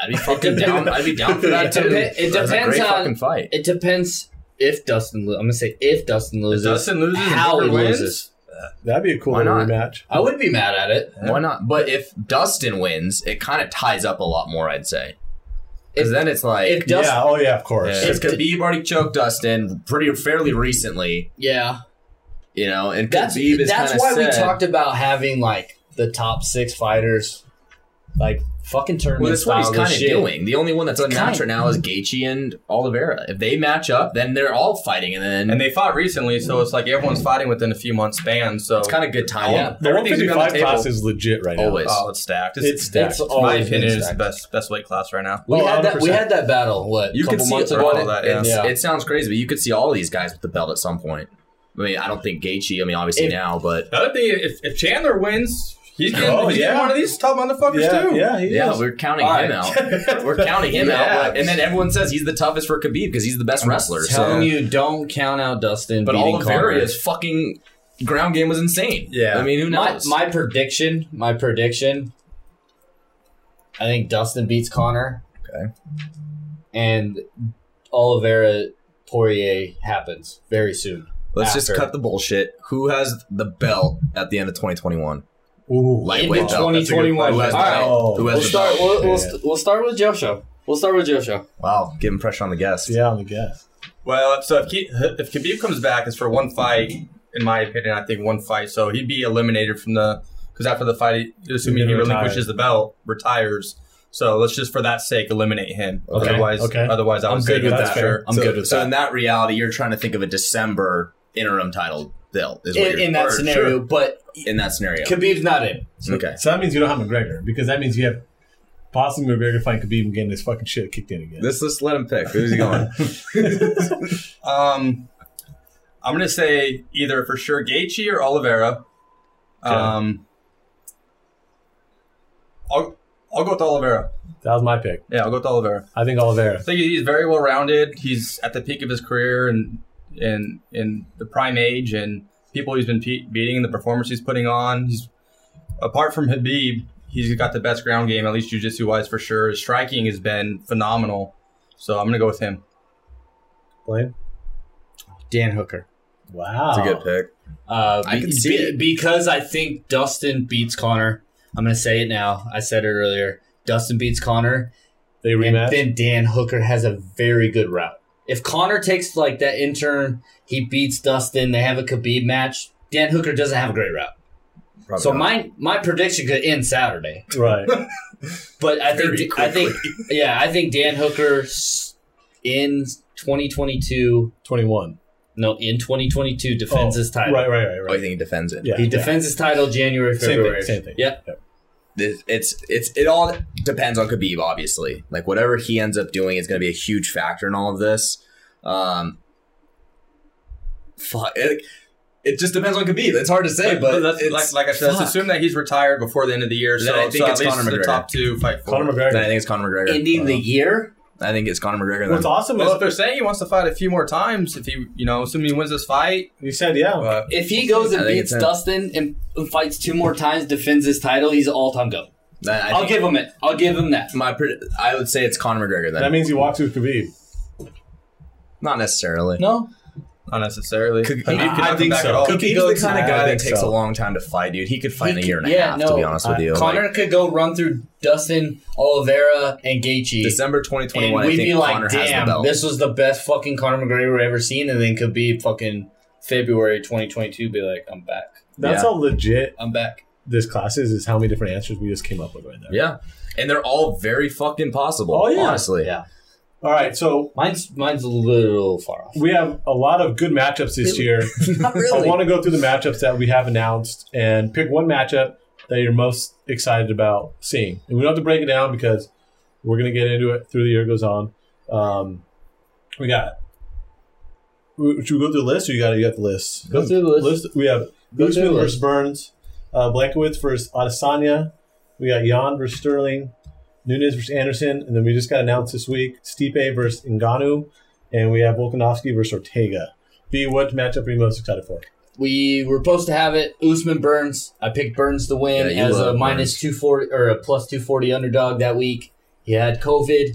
I'd be fucking depends- down. I'd be down for that It too. depe- it That's a depends great on- fucking fight. It depends if Dustin. Lo- I'm gonna say if Dustin If loses. Dustin loses, and how Hooker he wins, loses. That'd be a cool Why little not? rematch. I wouldn't be mad at it. Why not? But if Dustin wins, it kind of ties up a lot more. I'd say because If- then it's like If Dustin, yeah. Oh yeah. Of course. Yeah. because Khabib already choked Dustin pretty fairly recently, yeah, you know, and that's Khabib is that's kinda why we said- talked about having like the top six fighters like Fucking tournament Well, that's what he's style kind this of shit. doing. The only one that's unmatched kinda- right now is Gaethje and Oliveira. If they match up, then they're all fighting, and then And they fought recently, so it's like everyone's fighting within a few months span. So it's kind of good timing. Yeah. The Everything's gonna be on the 155 table. class is legit right now. Always. oh, it's stacked. It's, It's stacked. That's in my always been opinion, it's the stacked. best best weight class right now. We Well, had that. We 100%. had that battle. What? Oh, You couple could see months it ago. all that, yeah. it's- Yeah. It sounds crazy, but you could see all these guys with the belt at some point. I mean, I don't think Gaethje. I mean, obviously If- now, but The other thing, if, if Chandler wins, he's getting, Oh, he's getting yeah. one of these top motherfuckers Yeah, too. yeah, he yeah, is. we're counting All him right. out. we're counting him out, Yeah. but- and then everyone says he's the toughest for Khabib because he's the best wrestler. So, Telling you, don't count out Dustin. but beating Connor. Oliveira's fucking ground game was insane. Yeah. I mean, who My, knows? my prediction. My prediction. I think Dustin beats Connor. Okay. And Oliveira Poirier happens very soon. Let's just after. cut the bullshit. Who has the belt at the end of 2021? Ooh. Lightweight Into belt. That's a good 2021. question. Who has the All right. belt? Who has We'll the start. belt? We'll, we'll, Yeah. st- we'll start with Joshua. We'll start with Joshua. Wow, giving pressure on the guest. Yeah, I guess. Well, so if, Ke- if Khabib comes back, it's for one fight. In my opinion, I think one fight. So he'd be eliminated from the because after the fight, assuming gonna he retire. relinquishes the belt, retires. So let's just for that sake eliminate him. Okay, Otherwise, okay. otherwise I I'm would good say with that's that. Sure. I'm So- good with so that. So in that reality, you're trying to think of a December interim title belt. Is what In, you're, in that or- scenario, sure, but in that scenario. Khabib's not in. okay. So that means you don't have McGregor because that means you have possibly McGregor fighting Khabib and getting his fucking shit kicked in again. Let's just let him pick. Who's he going? Um, I'm gonna say either for sure Gaethje or Oliveira. Um, I'll I'll go with Oliveira. That was my pick. Yeah, I'll go with Oliveira. I think Oliveira. I think he's very well rounded. He's at the peak of his career and and in the prime age and people he's been pe- beating and the performance he's putting on. He's apart from Habib, he's got the best ground game at least jiu-jitsu wise for sure. His striking has been phenomenal. So I'm gonna go with him. Blaine? Dan Hooker. Wow. That's a good pick. Uh, I be- can see be- it. because I think Dustin beats Connor. I'm gonna say it now. I said it earlier. Dustin beats Connor, They and rematch. then Dan Hooker has a very good route. If Connor takes like that intern, he beats Dustin. They have a Khabib match. Dan Hooker doesn't have a great route, Probably so not. my my prediction could end Saturday. right. But I Very think I think yeah, I think Dan Hooker s- in 2022. 21. No, in 2022 defends Oh, his title. Right, right, right, Oh, you right. think he defends it? Yeah. He defends his title January, Same thing, February. same thing. Yep. This- It's it's it all depends on Khabib, obviously. Like whatever he ends up doing is going to be a huge factor in all of this. Um, fuck, it, it just depends on Khabib. It's hard to say, But- but, but that's, it's- like, like I said, let's fuck. assume that he's retired before the end of the year. So, Then I think so it's at least Conor the McGregor. top two fight for. Conor it. McGregor. Then I think it's Conor McGregor. ending the year. I think it's Conor McGregor. What's then. awesome Well, if is they're saying he wants to fight a few more times, if he, you know, assuming he wins this fight, you said, yeah. but If he goes I and think beats it's him. Dustin and, and fights two more times, defends his title, he's all time go. Then I I'll think give him it. I'll give him that. my pred- I would say it's Conor McGregor then. That means you walk through Khabib. Not necessarily. No, not necessarily. Could- Khabib I- could I think not come back so. at all. Could- He's goes- the kind I of guy think that takes so. a long time to fight, dude. He could fight in a could- year and a yeah, half, no. to be honest with I- you. Connor Like, could go run through Dustin, Oliveira, and Gaethje, December and 2021, I we'd think be like, Connor has the "Damn, belt. this was the best fucking Conor McGregor we ever seen." And then could be fucking February 2022, be like, "I'm back, That's Yeah. how legit I'm back." this class is, is how many different answers we just came up with right there. yeah. And they're all very fucking possible, Oh, yeah. honestly. Yeah, All right, so mine's mine's a little far off. we have a lot of good matchups this year. Not I want to go through the matchups that we have announced and pick one matchup that you're most excited about seeing. And we don't have to break it down because we're going to get into it through the year goes on. Um, we got. w- Should we go through the list, or you got you got the list? Go through the list. We have Go through the Usman list. versus Burns, uh, Blankowitz versus Adesanya. We got Jan versus Sterling, Nunes versus Anderson, and then we just got announced this week Stipe versus Ngannou, and we have Volkanovski versus Ortega. B, what matchup are you most excited for? we were supposed to have it. Usman Burns. I picked Burns to win Yeah, you as a love minus two forty or a plus two forty underdog that week. He had COVID.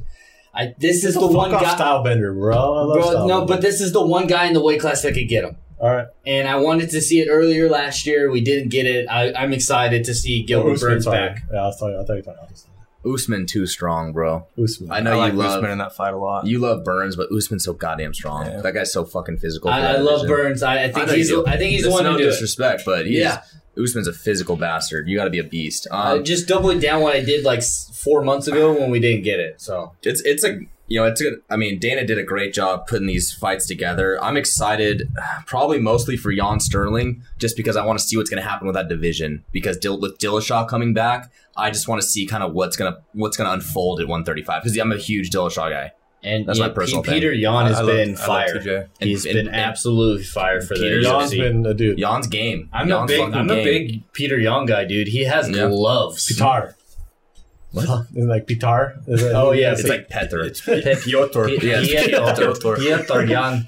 I this is the, Fuck one off guy. style bender, bro. I love Bro, style no, but bender. this is the one guy in the weight class that could get him. all right, And I wanted to see it earlier last year. We didn't get it. I, I'm excited to see Gilbert Usman, Burns sorry. back. Yeah, I was talking. I thought you were talking about this. Usman too strong, bro. Usman. I know I like you love Usman in that fight a lot. you love Burns, but Usman's so goddamn strong. That guy's so fucking physical. for I, I that love division. Burns. I, I I think know you he's do. I think he's the That's one no who does. disrespect, but he's, Yeah. Usman's a physical bastard. You got to be a beast. Uh, Um, just doubling down what I did like s- four months ago when we didn't get it. So it's it's a you know it's a, I mean Dana did a great job putting these fights together. I'm excited, probably mostly for Jan Sterling, just because I want to see what's going to happen with that division. Because Dil- with Dillashaw coming back, I just want to see kind of what's gonna what's gonna unfold at 135 because I'm a huge Dillashaw guy. and That's yeah, my personal Pe- Peter Yan has I love- been I love fire. TJ. He's And- been and- absolutely fire for the Peter Jan's UFC. been a dude. Jan's game. I'm a Jan's big fucking I'm a game. big Peter Yan guy, dude. He has Yeah. gloves. Pitar. What? Isn't it like Pitar? Is it- Oh, yeah, It's like Pether. Piotr. Pe- Yeah, it's Piotr. Piotr- Piotr Yan.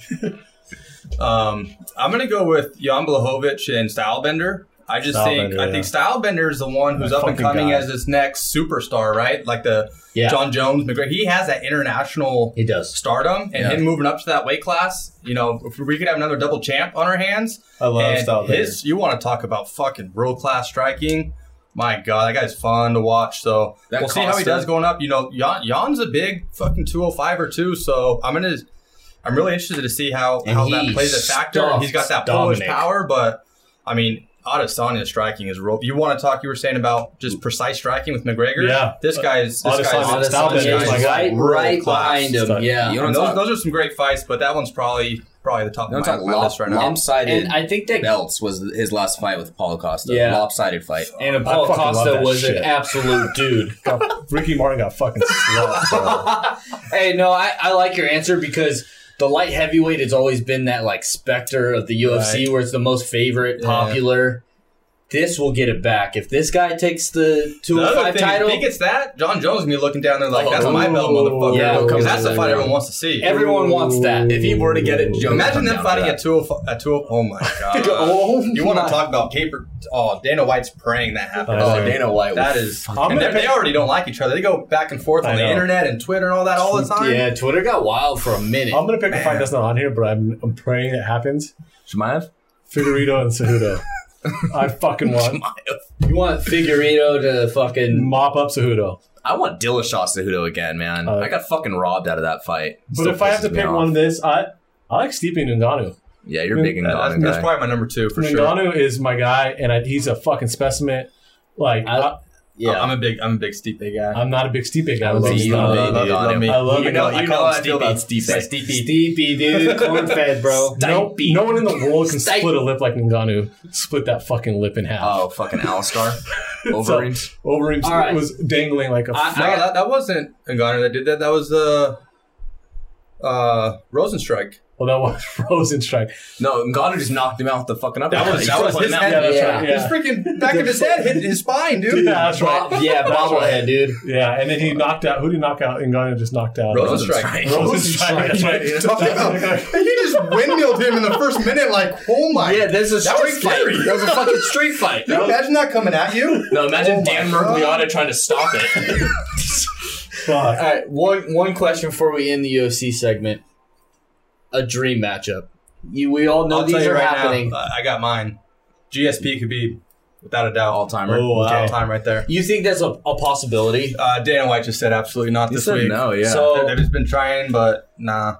Um, I'm gonna go with Jan Blahovic and Stylebender. I just think Stylebender, I think yeah. Stylebender is the one who's That up and fucking coming guy. as this next superstar, right? Like the Yeah. John Jones McGregor. He has that international He does. stardom, and Yeah. him moving up to that weight class. You know, if we could have another double champ on our hands. I love And Stylebender. his, you want to talk about fucking world class striking? My God, that guy's fun to watch. So That we'll see how he Costa- does going up. You know, Jan, Jan's a big fucking 205 or two. So I'm gonna, I'm really interested to see how And how that he plays a factor. stuffs He's got that Dominic. Polish power, but I mean, Adesanya's striking is real. You want to talk? You were saying about just precise striking with McGregor. Yeah. this guy's this Adesanya- guy's Stylebender this is guy's like Adesanya right, world right class. behind him. stuff. Yeah. You don't And those, talk. those are some great fights, but that one's probably probably the top You of don't my, talk my list lop- right now. lopsided And I think that belts was his last fight with Paulo Costa. Yeah. Lopsided fight. and I Paul fucking love Costa that was shit. an absolute dude. Ricky Martin got fucking slapped. bro. Hey, no, I, I like your answer because the light heavyweight has always been that like specter of the UFC where it's the most favorite, popular. This will get it back. If this guy takes the The other 205 thing, you title, think it's that? John Jones gonna be looking down there like, "That's my Oh, belt, motherfucker." yeah, Because okay. that's the fight everyone wants to see. everyone wants that. If he were to get it, Jones would Imagine come them down fighting for that. at two oh at two oh. Oh my god! oh, you want my- to talk about paper? Oh, Dana White's praying that I happens. Oh, know. Dana White. that was is. fucking- I'm and gonna they, they pick- already don't like each other. They go back and forth on I the know. internet and Twitter and all that all the time. Yeah, Twitter got wild for a minute. I'm gonna pick a fight that's not on here, but I'm, I'm praying it happens. Shmaev. Figueredo and Cejudo. I fucking want you want Figueredo to fucking mop up Cejudo. I want Dillashaw Cejudo again, man. Uh, I got fucking robbed out of that fight. But Still if I have pisses to me pick off. one of this, I I like Stipe Ngannou. yeah, you're Mm, big and That- gone. that's, that's probably my number two for sure. Ngannou is my guy, and I, he's a fucking specimen. Like I- I, Yeah, I'm a big, I'm a big Stipe guy. I'm not a big Stipe guy. I love love Stipe. you, I baby. love- I love You know, Ngannou. you know, how I feel about Stipe. Stipe. Steepy, dude, corn fed, bro. No, Stipe. no one in the world can Stipe. split a lip like Ngannou. Split that fucking lip in half. Oh, fucking Alistar. Overeem. Overeem's All right. was dangling like a. I- I, No, that, that wasn't Ngannou that did that. That was uh, uh, Rosenstrike. well, oh, that was Frozen Strike. No, Ngannou just knocked him out with the fucking uppercut. That was- He that took was him his out. head. Yeah, that's Yeah. right. Yeah. His freaking back of his head hit his spine, dude. yeah, that's right. Bob, yeah, bobblehead, dude. Yeah, and then he knocked out. Who did he knock out? Ngannou just knocked out. uh, Rosenstrike. Rosenstrike. Rosenstrike. That's right. You're talking about- he just windmilled him in the first minute. Like, oh my! Yeah, there's a That was street fight. scary. That was a fucking street fight. Can you imagine that coming at you? No, imagine Oh my Dan God. Mergliotta trying to stop it. Fuck. All right, one one question before we end the UFC segment. A dream matchup. You, we all know I'll tell these you are right happening. now, Uh, I I got mine. GSP could be, without a doubt, All timer. Oh, wow. all time right there. You think that's a, a possibility? Uh, Dana White just said absolutely not He this said week. no, yeah. So So- they've just been trying, but nah.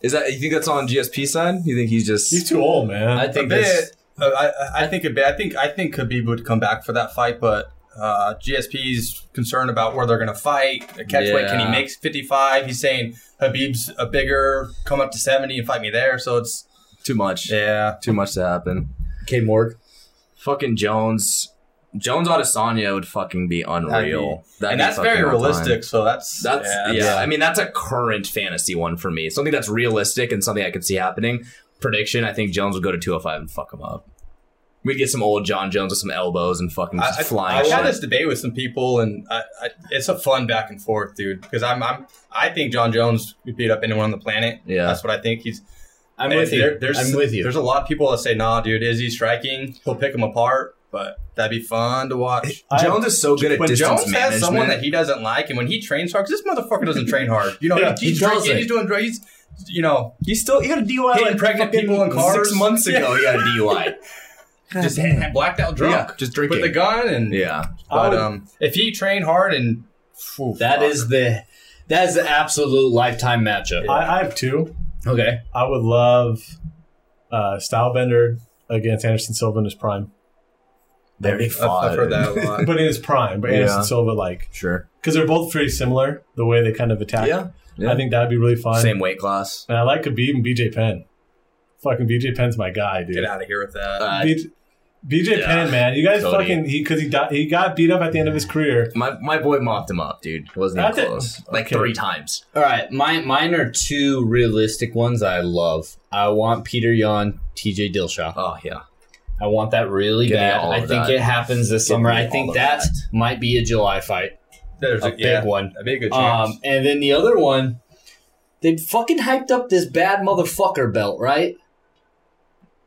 Is that you think that's on GSP side? You think he's just He's too old, man. I I, think A bit. that's Uh, I, I- I think it'd be, I think I think Khabib would come back for that fight, but uh, GSP's concerned about where they're going to fight. The catch weight, can he Yeah. make 55? He's saying Habib's a bigger, come up to 70 and fight me there. So it's too much? yeah. Too much to happen. K. Morg. Fucking Jones, Jones Adesanya would fucking be unreal. That'd and be that's fucking very all time. realistic. So that's That's yeah, that's- I mean, that's a current fantasy one for me. Something that's realistic and something I could see happening. Prediction: I think Jones would go to 205 and fuck him up. We'd get some old John Jones with some elbows and fucking I, just I- flying I had shit. this debate with some people, and I, I, it's a fun back and forth, dude. Because I'm, I'm, I think John Jones could beat up anyone on the planet. Yeah. that's what I think. He's. I'm and with you. there- there's, I'm with you. There's a lot of people that say, "Nah, dude, is he striking? He'll pick him apart." But that'd be fun to watch. Jones is so good at when distance Jones management. has someone that he doesn't like, and when he trains hard, 'cause this motherfucker doesn't train hard. You know, Yeah, he's he drinking, doesn't. he's doing drugs, he's, you know, he's still he got a DUI Hitting pregnant fucking people in cars. six months ago. He got a DUI. just ha- blacked out drunk Yeah, just with drinking. the gun and yeah, But uh, would- um, if he trained hard and Ooh, That fuck. is the that is the absolute lifetime matchup. I, I have two. Okay. I would love uh, Stylebender against Anderson Silva in his prime, Very I've, I've heard that a lot. but in his prime, but Anderson Yeah. Silva like Sure. because they're both pretty similar the way they kind of attack. Yeah. yeah. I think that'd be really fun. Same weight class. And I like Khabib and BJ Penn. Fucking BJ Penn's my guy, dude. Get out of here with that. Uh, B- BJ Yeah. Penn, man, you guys Cody. fucking he because he died, he got beat up at the end of his career. my, my boy mopped him up, dude. Wasn't even That's it. close. Like Okay. three times. All right, my, mine are two realistic ones I love. I want Peter Yan, TJ Dillashaw. Oh yeah. I want that really Give me bad. all I of think that. it happens this Give summer. me I all think of that, that. might be a July fight, There's a a, big yeah, one. that'd be a good chance. Um, and then the other one, they fucking hyped up this bad motherfucker belt, right?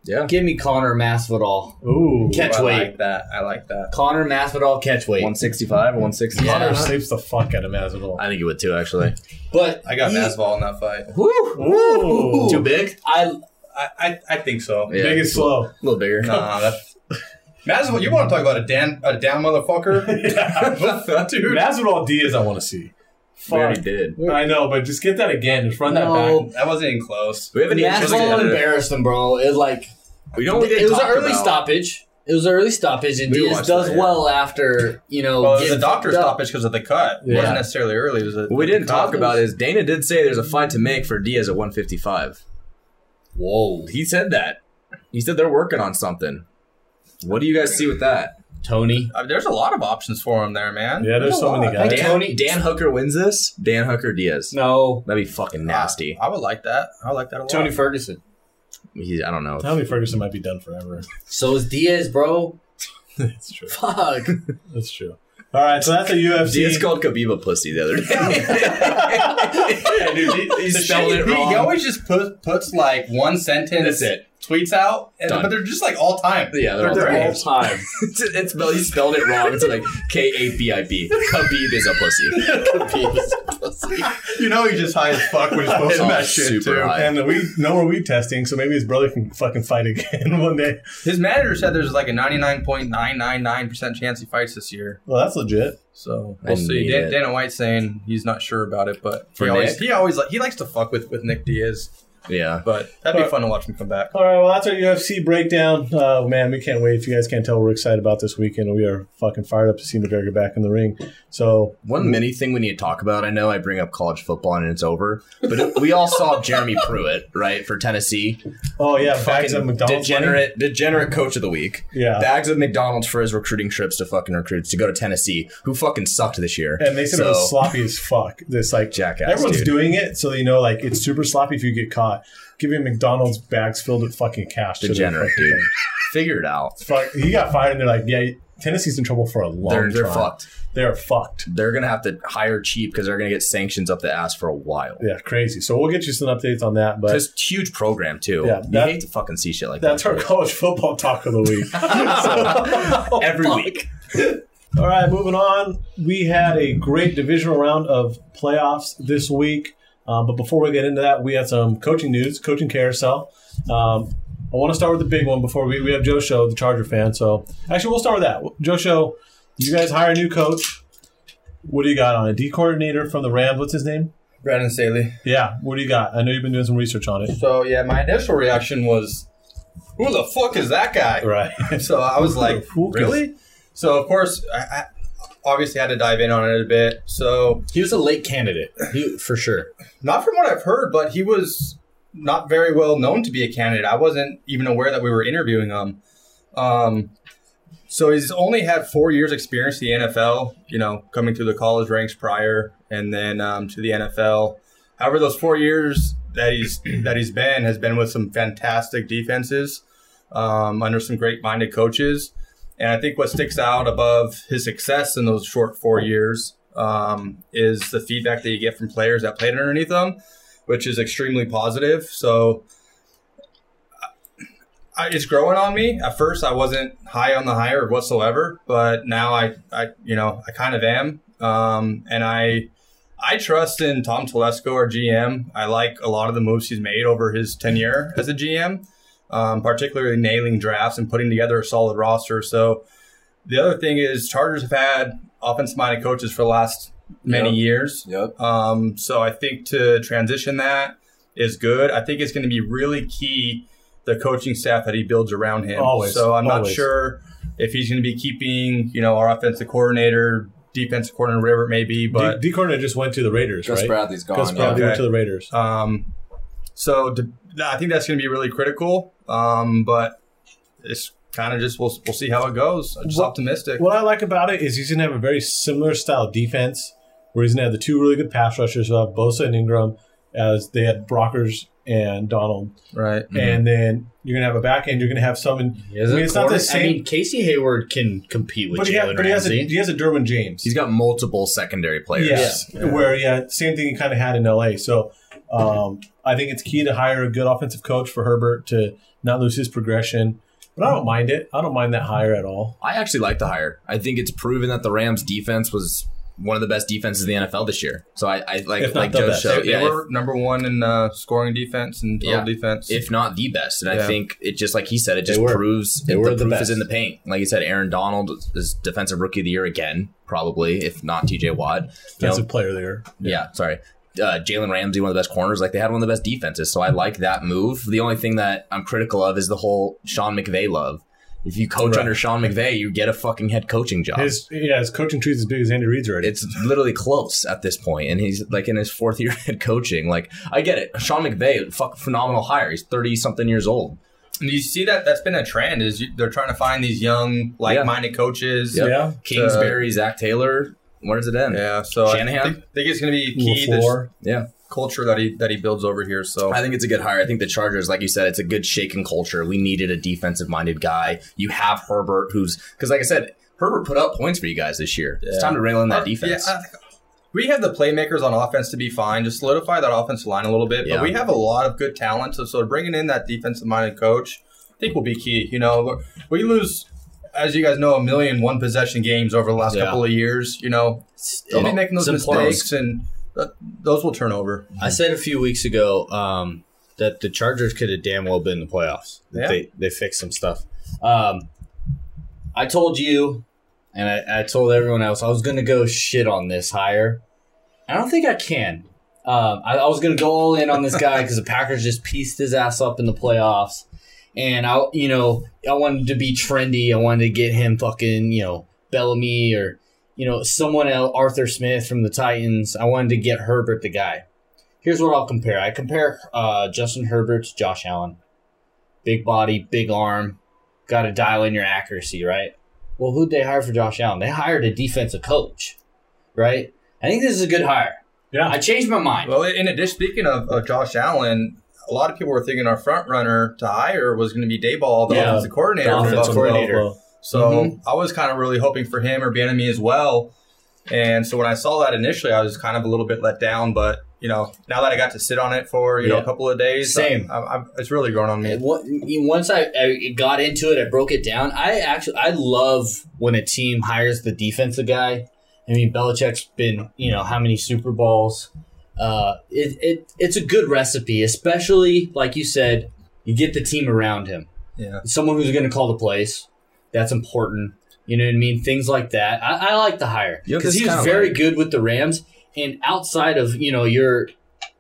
Yeah. Give me Connor Masvidal Ooh, Ooh, catch I weight. like that. I like that. Connor Masvidal catch weight. One sixty five or one sixty Connor five. sleeps the fuck out of Masvidal. I think you would too, actually. But I got he- Masvidal in that fight. Woo, Ooh. Too big? I I, I, I think so. Yeah. Big and slow. A little bigger. Nah, that's Masvidal. You want to talk about a damn a damn motherfucker, dude? Masvidal Diaz, I want to see. We Fuck. already did. I know, but just get that again. Just run No. that back. That wasn't even close. We haven't even Masvidal embarrassed him, bro. It like We don't. it was an early stoppage. It was an early stoppage, and We Diaz watched does that, yeah. well after you know. Well, it was a getting doctor fucked up. stoppage because of the cut. It Yeah. wasn't necessarily early. It was a, What we didn't the cut. talk about is Dana did say there's a fight to make for Diaz at 155. Whoa, He said that. He said they're working on something. What do you guys see with that? Tony. I mean, Uh, there's a lot of options for him there, man. Yeah, there's so many a lot. guys. Like Dan, Tony- Dan Hooker wins this. Dan Hooker Diaz. No, Uh, That'd be fucking nasty. I would like that. I would like that a lot. Tony Ferguson. He, I don't know. Tommy Ferguson might be done forever. So is Diaz, bro. That's true. Fuck. That's true. All right, so that's a UFC. Diaz called Khabib a pussy the other day. yeah, dude, he, he the spelled shit it he- wrong. He always just put, puts like one sentence. That's it. Tweets out, and, Done. but they're just like all time. yeah, they're all They're great. all- time. It's- it's spelled, he spelled it wrong. It's like K A B I B. Khabib is a pussy. You know, he's just high as fuck when he's posting Oh, that shit super too. high. and we no more weed testing, so maybe his brother can fucking fight again one day. His manager said there's like a 99.999% chance he fights this year. Well, that's legit. So I we'll see. need Dan, it. Dana White's saying he's not sure about it, but For he always, Nick? he always like he likes to fuck with, with Nick Diaz. Yeah. But that'd be But- fun to watch him come back. All right, well, that's our UFC breakdown. Uh, man, we can't wait. If you guys can't tell, we're excited about this weekend. We are fucking fired up to see McGregor back in the ring. So, One mini thing we need to talk about. I know I bring up college football and it's over, but it- we all saw Jeremy Pruitt, right, for Tennessee. oh yeah, bags of Fucking McDonald's. money. degenerate, degenerate coach of the week. Yeah. Bags of McDonald's for his recruiting trips to fucking recruits to go to Tennessee, who fucking sucked this year. And they said it So- was sloppy as fuck. This like Jackass, Everyone's dude. doing it, so they know like it's super sloppy if you get caught. Giving McDonald's bags filled with fucking cash. to the Degenerate, fucking- dude. Figure it out. Fuck, he got fired, and they're like, yeah, Tennessee's in trouble for a long They're, they're time. fucked. They're fucked. They're gonna have to hire cheap because they're gonna get sanctions up the ass for a while. Yeah, crazy. So we'll get you some updates on that, but. Because huge program too. Yeah, you that- hate to fucking see shit like That's that. our college football talk of the week. every week. All right, moving on. We had a great divisional round of playoffs this week. Um, but before we get into that, we had some coaching news, coaching carousel. Um, I want to start with the big one before we, we have Joe Show, the Charger fan. So actually, we'll start with that. Joe Show, you guys hire a new coach. What do you got on it? D coordinator from the Rams. What's his name? Brandon Staley. Yeah. What do you got? I know you've been doing some research on it. So yeah, my initial reaction was, "Who the fuck is that guy?" Right. So I was like, Who could- "Really?" So of course, I, I obviously had to dive in on it a bit. So He was a late candidate, he, for sure. not from what I've heard, but he was not very well known to be a candidate. I wasn't even aware that we were interviewing him. Um, so he's only had four years experience in the NFL, you know, coming through the college ranks prior and then um, to the NFL. However, those four years that he's that he's been has been with some fantastic defenses um, under some great minded coaches. And I think what sticks out above his success in those short four years um, is the feedback that you get from players that played underneath him, which is extremely positive. So I, it's growing on me. At first, I wasn't high on the hire whatsoever, but now I, I you know, I kind of am. Um, and I, I trust in Tom Telesco, our GM. I like a lot of the moves he's made over his tenure as a GM, um, particularly nailing drafts and putting together a solid roster. So the other thing is Chargers have had offensive minded coaches for the last many Yep. years. Yep. Um, so I think to transition that is good. I think it's going to be really key the coaching staff that he builds around him. Always, So I'm not always. sure if he's going to be keeping you know our offensive coordinator, defensive coordinator, whatever it may be. But D, D Corner just went to the Raiders, Gus right? Bradley's gone. Gus yeah. Bradley went Okay. to the Raiders. Um, so to, I think that's going to be really critical. Um, but it's kind of just we'll, we'll see how it goes. I'm just Well- optimistic. What I like about it is he's going to have a very similar style defense where he's going to have the two really good pass rushers. He'll have Bosa and Ingram as they had Brockers and Donald. right. Mhm. And then you're going to have a back end. You're going to have some. In, He has I mean, a it's not the corner- I same- mean, Casey Hayward can compete with but he, ha- Jalen but he has a, Ramsey. he has a Derwin James. He's got multiple secondary players. Yes, where yeah, same thing he kind of had in LA. So um, I think it's key to hire a good offensive coach for Herbert to not lose his progression. But I don't mind it. I don't mind that hire at all. I actually like the hire. I think it's proven that the Rams defense was one of the best defenses in the NFL this year. So I, I If like not like the Joe best. showed, they, yeah, they if- were number one in uh, scoring defense and total Yeah. defense. if not the best. And I Yeah. think it just like he said, it just They were. proves They it, were the, the proof is best. in the paint. Like you said, Aaron Donald is defensive rookie of the year again, probably if not TJ Watt. You know, Defensive player there. yeah. sorry. Uh, Jalen Ramsey, one of the best corners. Like they had one of the best defenses, so I like that move. The only thing that I'm critical of is the whole Sean McVay love. If you coach Right. under Sean McVay, you get a fucking head coaching job. His yeah, his coaching tree is as big as Andy Reid's already. it's literally close at this point, and he's like in his fourth year head coaching. Like I get it, Sean McVay, fuck, phenomenal hire. He's thirty something years old. And you see that that's been a trend is you, they're trying to find these young like-minded coaches. Yep. Yeah, Kingsbury, Zach Taylor. Where does it end? Yeah, so Shanahan? I think, think it's going to be key the LaFleur. Yeah. culture that he that he builds over here. So I think it's a good hire. I think the Chargers, like you said, it's a good shaken culture. We needed a defensive minded guy. You have Herbert, who's because, like I said, Herbert put up points for you guys this year. It's Yeah. time to rail in that Uh, defense. yeah, I think- we have the playmakers on offense to be fine. Just solidify that offensive line a little bit. Yeah. But we have a lot of good talent. So, so bringing in that defensive minded coach, I think will be key. You know, we lose, as you guys know, a million one possession games over the last Yeah. couple of years. You know, they'll be making those Some players. mistakes, and th- those will turn over. I said a few weeks ago um, that the Chargers could have damn well been in the playoffs. if Yeah. They they fixed some stuff. Um, I told you, and I, I told everyone else, I was going to go shit on this hire. I don't think I can. Um, I, I was going to go all in on this guy because the Packers just pieced his ass up in the playoffs. And I, you know, I wanted to be trendy. I wanted to get him fucking, you know, Bellamy or, you know, someone else, Arthur Smith from the Titans. I wanted to get Herbert the guy here's what I'll compare. I compare uh, Justin Herbert to Josh Allen. Big body, big arm, got to dial in your accuracy, right? Well, who'd they hire for Josh Allen? They hired a defensive coach, right? I think this is a good hire. Yeah. I changed my mind. Well, in addition, speaking of, of Josh Allen, a lot of people were thinking our front runner to hire was going to be Dayball, the Yeah, offensive coordinator. for Offensive Buffalo. coordinator. So I was kind of really hoping for him or Bienemy as well. And so when I saw that initially, I was kind of a little bit let down. But you know, now that I got to sit on it for you know Yeah. a couple of days, Same. I, I, it's really grown on me. What- Once I, I got into it, I broke it down. I actually I love when a team hires the defensive guy. I mean, Belichick's been you know how many Super Bowls. Uh, it, it it's a good recipe, especially like you said, you get the team around him. Yeah. someone who's going to call the plays. That's important. You know what I mean? Things like that. I, I like the hire Yeah, because that's he was kinda very like- good with the Rams. And outside of you know your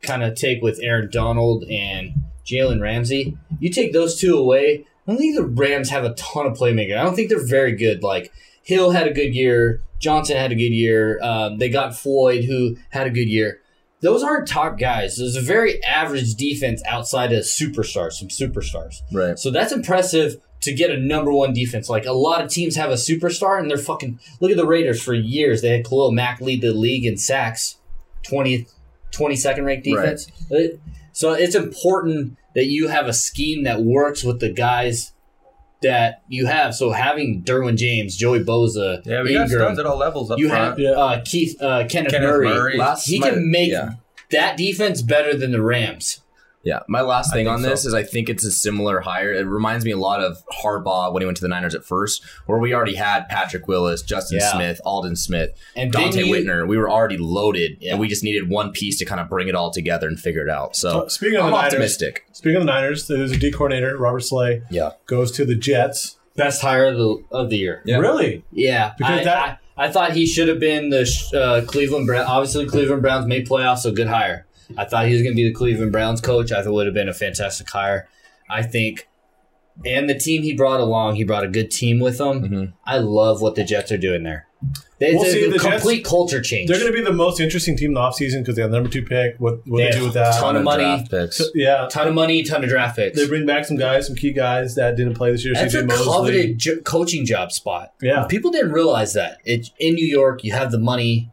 kind of take with Aaron Donald and Jalen Ramsey, you take those two away. I don't think the Rams have a ton of playmakers. I don't think they're very good. Like Hill had a good year, Johnson had a good year. Um, they got Floyd, who had a good year. Those aren't top guys. There's a very average defense outside of superstars, some superstars. right. So that's impressive to get a number one defense. Like a lot of teams have a superstar and they're fucking. Look at the Raiders for years. They had Khalil Mack lead the league in sacks, 20, 22nd ranked defense. It- so it's important that you have a scheme that works with the guys that you have. So having Derwin James, Joey Boza, Yeah, we got Ingram, studs at all levels up you have front. Yeah. uh, Keith uh, Kenneth, Kenneth Murray. Murray. Last He my- can make yeah. that defense better than the Rams. Yeah. My last thing think on this is I think it's a similar hire. It reminds me a lot of Harbaugh when he went to the Niners at first, where we already had Patrick Willis, Justin Yeah. Smith, Alden Smith, And then Dante you- Whitner. We were already loaded, Yeah. and we just needed one piece to kind of bring it all together and figure it out. So Speaking of Oh, I'm the Niners, optimistic. speaking of the Niners, there's a D coordinator, Robert Slay, Yeah. goes to the Jets. Best hire of the, of the year. Yeah. Really? Yeah, Because I, that- I thought he should have been the sh- uh, Cleveland Browns. Obviously, Cleveland Browns made playoffs, so good hire. I thought he was going to be the Cleveland Browns coach. I thought it would have been a fantastic hire. I think, and the team he brought along, he brought a good team with him. Mm-hmm. I love what the Jets are doing there. They, We'll it's see, a the complete culture change. They're going to be the most interesting team in the offseason because they have the number two pick. What what they, They do have with that? ton of money. draft picks. yeah, ton of money, ton of draft picks. they bring back some guys, some key guys that didn't play this year. That's CJ a Mosley. coveted jo- coaching job spot. Yeah. People didn't realize that. It, in New York, you have the money,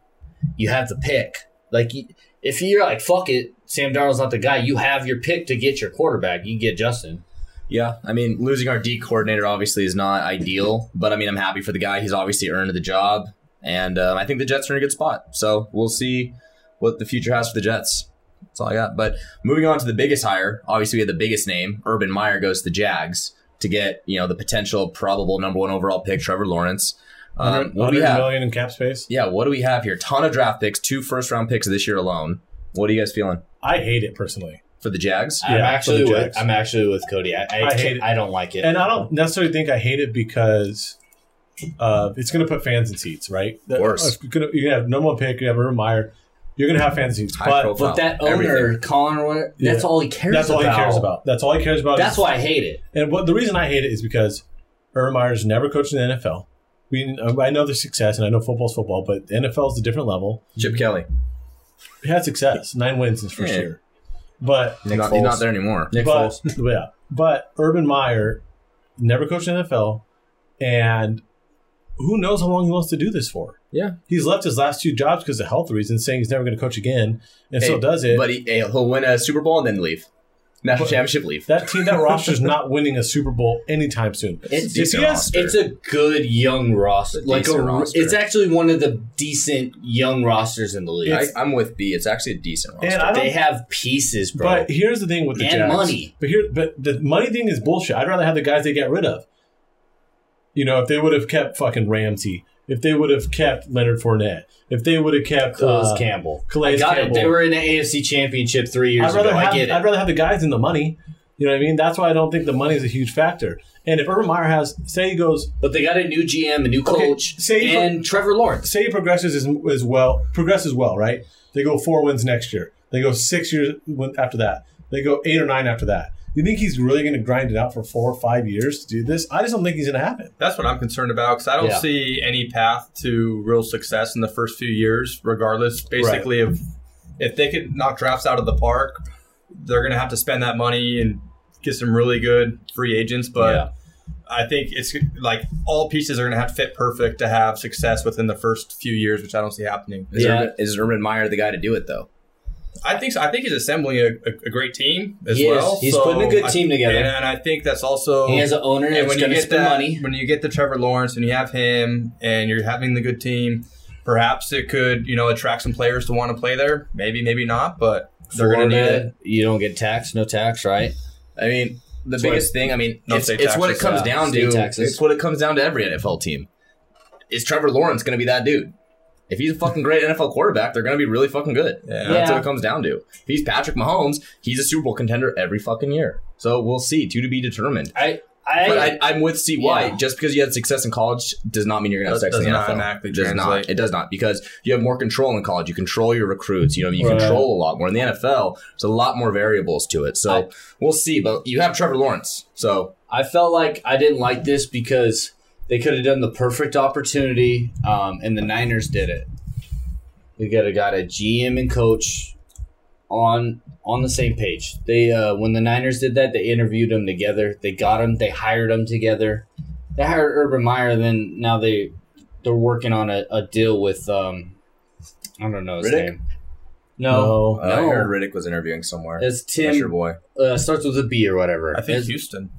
you have the pick. Like, you, if you're like, fuck it, Sam Darnold's not the guy, you have your pick to get your quarterback. You get Justin. Yeah, I mean, losing our D coordinator obviously is not ideal, but I mean, I'm happy for the guy. He's obviously earned the job, and um, I think the Jets are in a good spot. So we'll see what the future has for the Jets. That's all I got. But moving on to the biggest hire, obviously we had the biggest name. Urban Meyer goes to the Jags to get you know the potential probable number one overall pick, Trevor Lawrence. Um, 100 what do we Mm-hmm. million have? in cap space. Yeah, what do we have here? Ton of draft picks, two first round picks this year alone. What are you guys feeling I hate it personally. for the Jags? Yeah, I'm for actually the with Jags. I'm actually with Cody. I, I, I hate it. I don't like it. And I don't necessarily think I hate it because uh, it's going to put fans in seats, right? Of course. You're going to have no one pick, you have Urban Meyer, you're going to have fans in seats. High But profile, But that owner, everything. Conroy, Yeah. that's all he cares that's all about. he cares about. That's all he cares about. That's is, why I hate it. And what the reason I hate it is because Urban Meyer's never coached in the NFL. We, I know the success, and I know football's football, but the NFL is a different level. Chip Kelly. He had success, nine wins his first Yeah. year, but He's not, he's not there anymore. Nick but Foles. yeah, but Urban Meyer never coached in the NFL, and who knows how long he wants to do this for? Yeah. he's left his last two jobs because of health reasons, saying he's never going to coach again, and Hey, so does it. But he, hey, he'll win a Super Bowl and then leave. National championship leave. that team, that roster's not winning a Super Bowl anytime soon. It's, Yes, Decent yes. roster. It's a good young roster. It's a Like a, decent roster. it's actually one of the decent young rosters in the league. I, I'm with B. It's actually a decent roster. And I they don't. have pieces, bro. But here's the thing with the And Jags. money. But here, but the money thing is bullshit. I'd rather have the guys they got rid of. You know, if they would have kept fucking Ramsey, if they would have kept Leonard Fournette, if they would have kept Calais uh, Campbell. Calais Got it. Campbell, They were in the AFC Championship three years I'd rather ago. have I get it. I'd rather have the guys than the money. You know what I mean? That's why I don't think the money is a huge factor. And if Urban Meyer has, say he goes, but they got a new GM, a new Okay, coach, say you- and Trevor Lawrence. say he progresses as, as well, progresses well, right? They go four wins next year. They go six years win- after that. They go eight or nine after that. You think he's really going to grind it out for four or five years to do this? I just don't think he's going to happen. That's what I'm concerned about because I don't Yeah. see any path to real success in the first few years, regardless. Basically, of if they could knock drafts out of the park, they're going to have to spend that money and get some really good free agents. But Yeah. I think it's like all pieces are going to have to fit perfect to have success within the first few years, which I don't see happening. is, Yeah. Urban, is Urban Meyer the guy to do it, though? I think so. I think he's assembling a, a, a great team as He is. well. He's So putting a good I- team together. and, and I think that's also He has an owner and that's when you going to get spend that, money. when you get the Trevor Lawrence and you have him and you're having the good team, perhaps it could you know attract some players to want to play there. Maybe, maybe not, but they're going to need it. Florida, You don't get tax, no tax, right? I mean, the what biggest thing, I mean, No it's, state it's what it taxes, comes yeah. down State to. taxes. It's what it comes down to every NFL team. Is Trevor Lawrence going to be that dude? If he's a fucking great NFL quarterback, they're going to be really fucking good. Yeah. That's Yeah. what it comes down to. If he's Patrick Mahomes, he's a Super Bowl contender every fucking year. So we'll see. Two to be determined. I, I, But I, I'm with CY. Yeah. Just because you had success in college does not mean you're going to have That success in the does not NFL. automatically does translate. not. It does not because you have more control in college. You control your recruits. You know, you Right. control a lot more. In the NFL, there's a lot more variables to it. So I- we'll see. But you have Trevor Lawrence. So I felt like I didn't like this because they could have done the perfect opportunity, um, and the Niners did it. They got a got a GM and coach on on the same page. They uh, when the Niners did that, they interviewed them together. They got them. They hired them together. They hired Urban Meyer. Then now they they're working on a, a deal with um, I don't know his Riddick? name. No, uh, I No. heard Riddick was interviewing somewhere. it's That's your Tim. boy Uh, starts with a B or whatever. I think It's- Houston.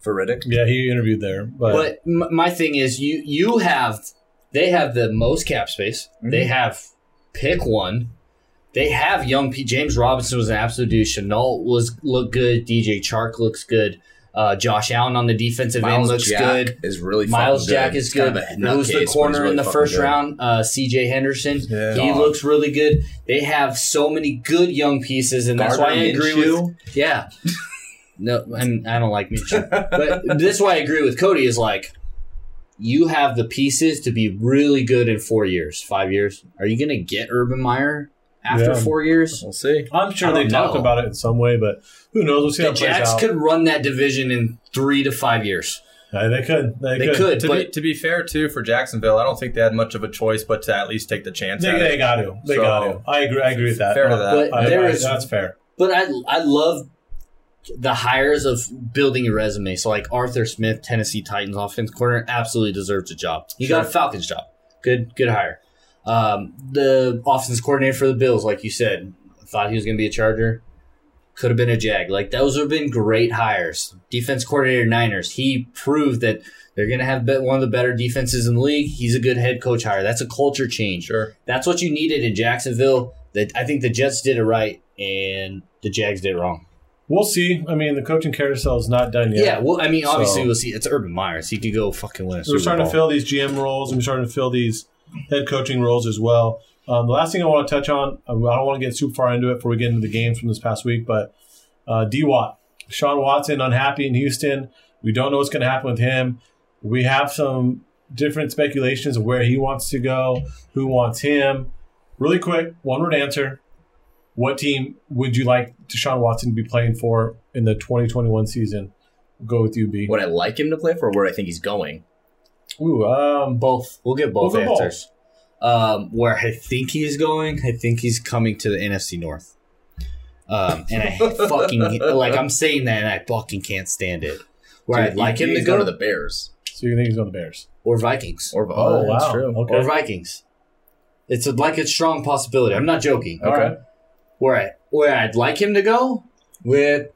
for Riddick. Yeah, he interviewed there, but, But m- my thing is, you you have they have the most cap space. Mhm. They have pick one. They have young P. James Robinson was an absolute dude. Chenault was looked good. DJ Chark looks good. Uh, Josh Allen on the defensive end looks Jack good. is really Miles fucking Jack good. is He's kind good. of a nutcase, Who's but the he's corner in really the fucking first good. round? Uh, C.J. Henderson. Yeah. He Dog. looks really good. They have so many good young pieces, and that's why I Gardner agree Minshew. with yeah. No, and I don't like Minshew, but that's why I agree with Cody. Is like you have the pieces to be really good in four years, five years. Are you going to get Urban Meyer after Yeah. four years? We'll see. I'm sure I they don't talked know. about it in some way, but who knows? We'll see how The it plays Jacks out. could run that division in three to five years. Yeah, they could. They, They could. could, To but be, to be fair, too, for Jacksonville, I don't think they had much of a choice but to at least take the chance. They, at they it. got to. They So, got to. I agree. I agree with that. Fair to that. Uh, But I, there I- is- that's fair. But I I love the hires of building your resume. So like Arthur Smith, Tennessee Titans offense corner, absolutely deserves a job. He got a Falcons job. Good good hire. Um, the offense coordinator for the Bills, like you said, thought he was going to be a Charger. Could have been a Jag. Like those have been great hires. Defense coordinator Niners. He proved that they're going to have be- one of the better defenses in the league. He's a good head coach hire. That's a culture change. Sure. That's what you needed in Jacksonville. That I think the Jets did it right and the Jags did it wrong. We'll see. I mean, the coaching carousel is not done Yeah, yet. well, I mean, obviously So- we'll see. It's Urban Myers. He could go fucking win a So we're Super starting Bowl. to fill these GM roles and we're starting to fill these head coaching roles as well. Um, the last thing I want to touch on, I don't want to get too far into it before we get into the games from this past week, but uh, D Watt, Sean Watson, unhappy in Houston. We don't know what's going to happen with him. We have some different speculations of where he wants to go, who wants him. Really quick, one word answer. What team would you like Deshaun Watson to be playing for in the 2021 season? Go with you, B. Would I like him to play for? or Where I think he's going? Ooh, um, both. We'll get both We'll get both. answers. Um, where I think he's going, I think he's coming to the NFC North. Um, and I fucking like I'm saying that, and I fucking can't stand it. Where I'd Dude, like he- him to he's go going to the Bears so you think he's on the Bears? or Vikings or Oh, that's wow. true. Okay. or Vikings. It's a, like a strong possibility. I'm not joking. All right. where I, where I'd like him to go with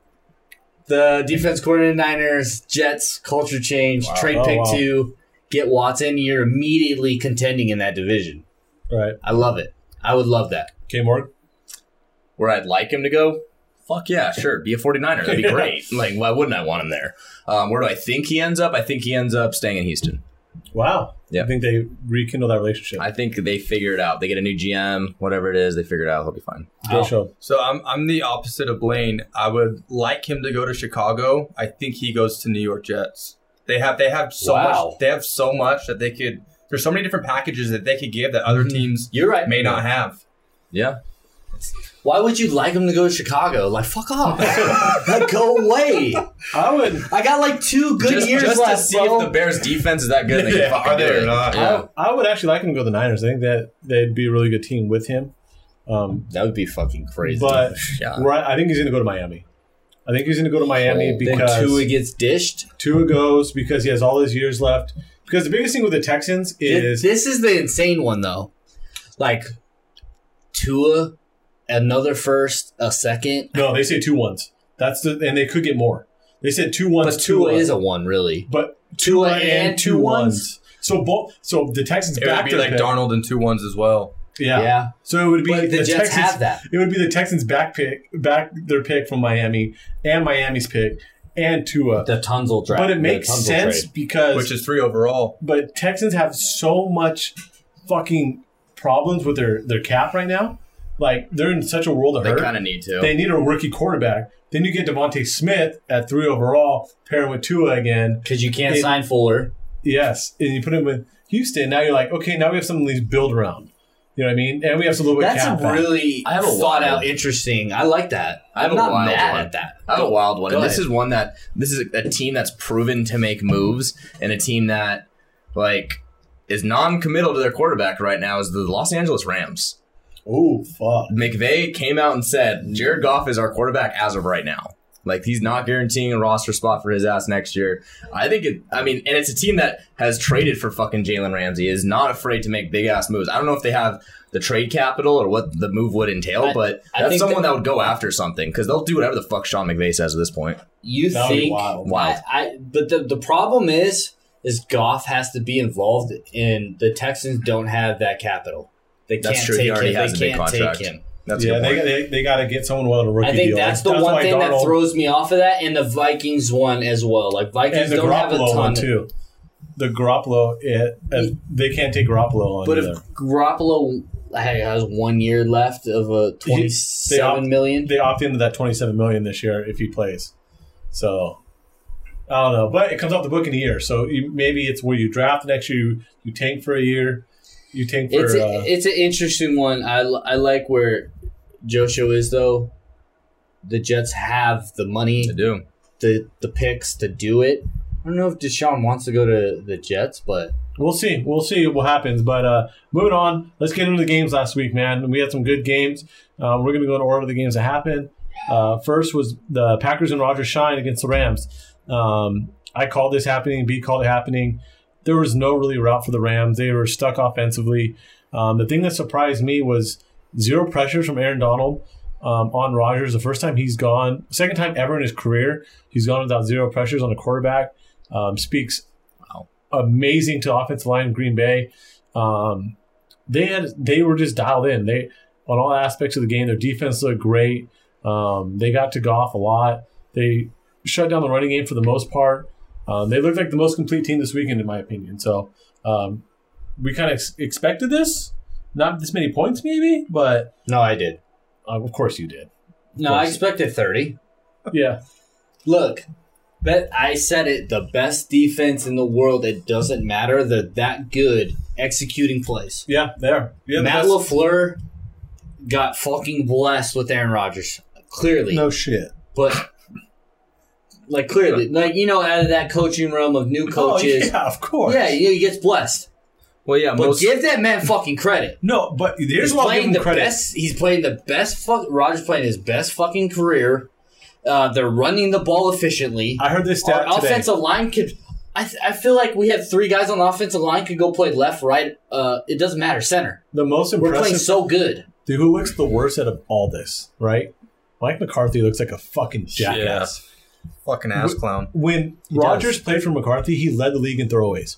the defense coordinator Niners, Jets, culture change, Wow. trade Oh, pick wow. two, get Watson. You're immediately contending in that division. All right. I love it. I would love that. Okay, Morgan. where I'd like him to go, fuck yeah, sure, be a 49er. That'd be great. Like, why wouldn't I want him there? Um, where do I think he ends up? I think he ends up staying in Houston. Wow. Yeah. I think they rekindle that relationship. I think they figure it out. They get a new GM, whatever it is, they figure it out. He'll be fine. Great Wow. show. So I'm, I'm the opposite of Blaine. I would like him to go to Chicago. I think he goes to New York Jets. They have they have so Wow. much they have so much that they could there's so many different packages that they could give that other Mm-hmm. teams You're right. may not have. Yeah. Why would you like him to go to Chicago? Like, fuck off. like, go away. I would. I got like two good just years just to left, see bro. if the Bears defense is that good. They Yeah, can fucking are they do or it. not? Yeah. I would actually like him to go to the Niners. I think that they'd be a really good team with him. Um, that would be fucking crazy. but Yeah. right, I think he's going to go to Miami. I think he's going to go to Miami then because Tua gets dished. Tua goes because he has all his years left. Because the biggest thing with the Texans Th- is this is the insane one though. Like Tua, another first, a second. no, they say two ones. That's the and they could get more. They said two ones, But Tua two is a one, really. but Tua Tua and two ones. So both, so the Texans It back would be to like pick. Darnold and two ones as well. yeah. Yeah. So it would be But the, Jets Texans, have that. It would be the Texans' back pick, back their pick from Miami, and Miami's pick, and Tua. The Tunzel draft. But it makes the Tunzel sense trade. because Which is three overall. but Texans have so much fucking problems with their their cap right now. Like they're in such a world of They hurt. kind of need to. They need a rookie quarterback. Then you get Devontae Smith at three overall, pairing with Tua again. Because you can't It- sign Fuller. Yes, and you put him with Houston. Now you're like, okay, now we have something to build around. You know what I mean? And we have a little bit. of That's cap a back. really I have a thought wild- out, interesting. I like that. I have I'm a not wild mad one. at that. I have a wild one, Go and this ahead. is one that this is a team that's proven to make moves, and a team that like is non-committal to their quarterback right now is the Los Angeles Rams. oh fuck. McVay came out and said Jared Goff is our quarterback as of right now. Like he's not guaranteeing a roster spot for his ass next year. I think it. I mean, and it's a team that has traded for fucking Jalen Ramsey. Is not afraid to make big ass moves. I don't know if they have the trade capital or what the move would entail, I- but I that's think someone that- that, would go after something because they'll do whatever the fuck Sean McVay says at this point. You That would be think wild. Wild. I, I but the, the problem is is Goff has to be involved and the Texans don't have that capital. They That's can't true. He take already him. has a they big can't contract. take him. That's Yeah, a good they, point. they, they got to get someone with a rookie I think deal. that's the one why thing that Darnold throws me off of that, and the Vikings one as well. Like Vikings and the don't have a Garoppolo ton. one too. The Garoppolo, it, uh, they can't take Garoppolo on But if either. Garoppolo had- has one year left of a twenty-seven million, They opt into that twenty-seven million this year if he plays. So I don't know, but it comes off the book in a year, so you, maybe it's where you draft next year, you, you tank for a year, you tank for. It's uh, a, it's an interesting one. I, l- I like where Joshua is though. The Jets have the money, I do. the the picks to do it. I don't know if Deshaun wants to go to the Jets, but We'll see. We'll see what happens. But uh, moving on, let's get into the games last week, man. We had some good games. Uh, we're going to go in order of the games that happened. Uh, first was the Packers and Roger Shine against the Rams. Um, I called this happening. B called it happening. There was no really route for the Rams. They were stuck offensively. Um, the thing that surprised me was zero pressures from Aaron Donald um, on Rogers. The first time he's gone, second time ever in his career, he's gone without zero pressures on a quarterback. Um, speaks amazing to offensive line in Green Bay. Um, they had they were just dialed in. They on all aspects of the game. Their defense looked great. Um, they got to golf a lot. They shut down the running game for the most part. Um, they looked like the most complete team this weekend, in my opinion. So um, we kind of ex- expected this, not this many points, maybe, but no, I did. uh, of course you did. No, I expected thirty. Yeah, Look, bet I said it. The best defense in the world. It doesn't matter. They're that good executing plays. yeah, there. Yeah, Matt Lafleur got fucking blessed with Aaron Rodgers. Clearly, shit. but like clearly, like you know, out of that coaching realm of new coaches, Oh, yeah, of course. Oh, yeah, he gets blessed. Well, yeah, But most give that man fucking credit. No, but here's he's what I'll give playing him the credit. best. He's playing the best. Fuck, Rogers playing his best fucking career. Uh, they're running the ball efficiently. I heard this stat Our today. offensive line could. I, th- I feel like we have three guys on the offensive line could go play left, right. Uh, it doesn't matter. Center. the most We're impressive playing so good. Dude, who looks the worst out of all this, right? Mike McCarthy looks like a fucking jackass. Fucking ass clown. When Rodgers played for McCarthy, he led the league in throwaways.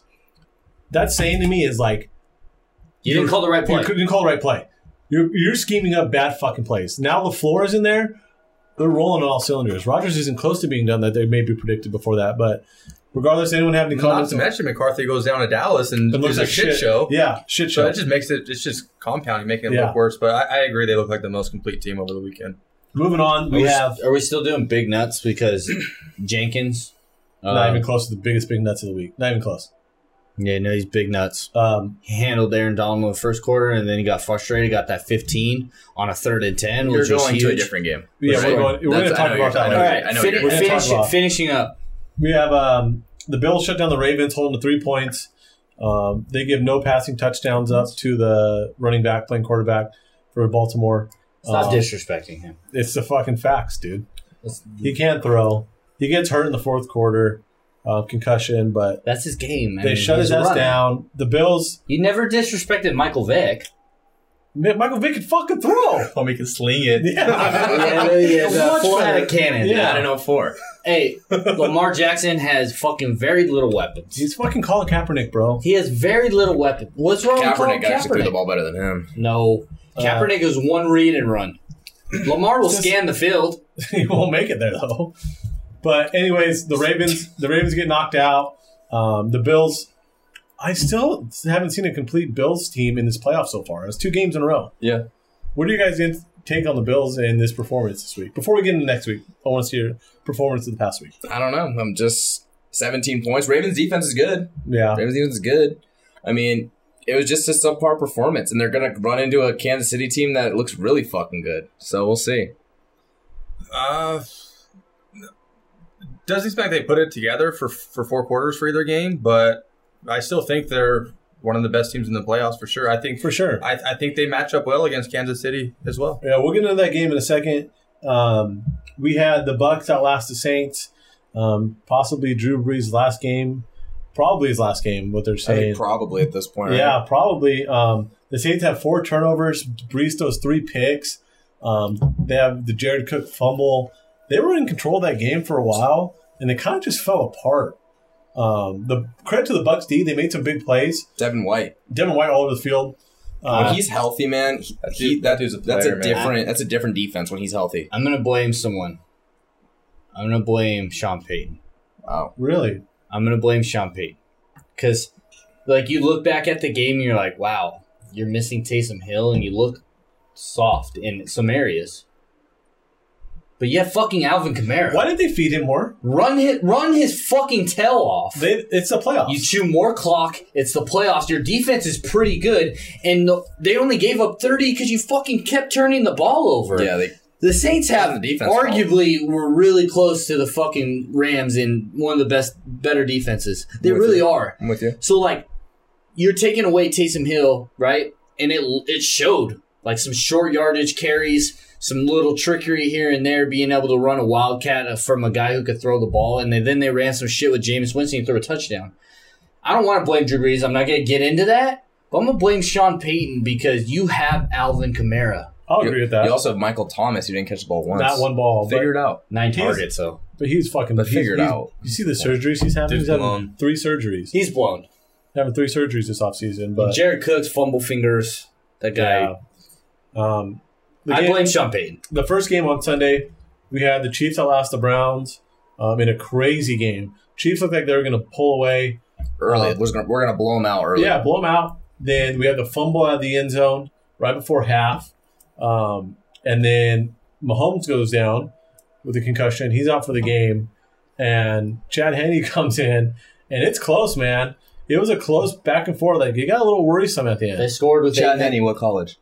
That saying to me is like, You didn't call the right play. you couldn't call the right play. You're, you're scheming up bad fucking plays. Now LaFleur is in there. They're rolling on all cylinders. Rodgers isn't close to being done that they may be predicted before that, but regardless, anyone have any Not comments? to mention McCarthy goes down to Dallas and It looks a shit, show. Yeah, shit So show. it just makes it it's just compounding, making it Yeah. look worse. But I, I agree they look like the most complete team over the weekend. Moving on, Are we we- have Are we still doing big nuts because Jenkins? not uh, even close to the biggest big nuts of the week. Not even close. yeah, no, he's big nuts. Um, He handled Aaron Donald in the first quarter, and then he got frustrated. Got that 15 on a third and 10, you're which was going to a huge. different game. yeah, Right. we're going. We're going That's- to I talk know you're- about that. I one. know All right, I know fin- you're gonna finish- talk about- finishing up. We have um, the Bills shut down the Ravens, holding the three points. Um, they give no passing touchdowns up to the running back playing quarterback for Baltimore. Stop Uh, Um, disrespecting him. It's the fucking facts, dude. That's, He can't throw. He gets hurt in the fourth quarter, uh, concussion, but that's his game. I they mean, shut he's his a ass runner. down. The Bills, You never disrespected Michael Vick. Mi- Michael Vick can fucking throw. Homie can sling it. Yeah. Much full better. head of cannon. Yeah. I don't know oh four. Hey, Lamar Jackson has fucking very little weapons. He's fucking Colin Kaepernick, bro. He has very little weapon. What's wrong with Colin Kaepernick actually threw Kaepernick? the ball better than him. No. Uh, Kaepernick is one read and run. Lamar will Just- scan the field. he won't make it there though. But anyways, the Ravens the Ravens get knocked out. Um, the Bills. I still haven't seen a complete Bills team in this playoff so far. It's two games in a row. Yeah. What do you guys in- take on the Bills in this performance this week? Before we get into next week, I want to see your performance of the past week. I don't know. I'm just 17 points. Ravens defense is good. Yeah. Ravens defense is good. I mean, it was just a subpar performance, and they're gonna run into a Kansas City team that looks really fucking good. So we'll see. Uh, doesn't expect they put it together for for four quarters for either game, but I still think they're one of the best teams in the playoffs for sure. I think For sure. I, I think they match up well against Kansas City as well. Yeah, we'll get into that game in a second. Um, we had the Bucks outlast the Saints. Um, possibly Drew Brees' last game, probably his last game. What they're saying, probably at this point. Yeah, probably. Um, the Saints have four turnovers. Brees throws three picks. Um, they have the Jared Cook fumble. They were in control of that game for a while, and they kind of just fell apart. Um, the credit to the Bucks D, they made some big plays. Devin White. Devin White all over the field. when Uh, he's healthy, man, he, That he- dude- that, that dude's a that's a player, man. different that's a different defense when he's healthy. I'm gonna blame someone. I'm gonna blame Sean Payton. Wow. really, I'm gonna blame Sean Payton because, like, you look back at the game and you're like, "Wow, you're missing Taysom Hill," and you look soft in some areas. But yeah, fucking Alvin Kamara. Why did they feed him more? Run his run his fucking tail off. They, it's the playoffs. You chew more clock. It's the playoffs. Your defense is pretty good, and the, they only gave up thirty because you fucking kept turning the ball over. Yeah, they The Saints have The defense arguably were really close to the fucking Rams in one of the best, better defenses. They With really you. are. I'm with you. So like, you're taking away Taysom Hill, right? And it it showed like some short yardage carries, some little trickery here and there, being able to run a wildcat uh, from a guy who could throw the ball, and they, then they ran some shit with James Winston and threw a touchdown. I don't want to blame Drew Brees. I'm not going to get into that, but I'm going to blame Sean Payton because you have Alvin Kamara, I'll agree with that. You also have Michael Thomas who didn't catch the ball once. Not one ball. But, Figure it out. nine He's- targets, so but he's fucking. But he's- figure it he's- out. You see the surgeries he's having? Dude, He's having blown. three surgeries. He's he's blown. having three surgeries this offseason. But Jared Cook's fumble fingers. That guy. yeah. Um, the I game- blame Sean Payton. the first game on Sunday, we had the Chiefs outlast the Browns um, in a crazy game. Chiefs looked like they were going to pull away. Early. We're gonna we're gonna blow them out early. Uh, Yeah, blow them out. Then we had the fumble out of the end zone right before half. Um, and then Mahomes goes down with a concussion. He's out for the game. And Chad Henney comes in, and it's close, man. It was a close back and forth. Like, it got a little worrisome at the They end. scored with Chad eight Henney, what college?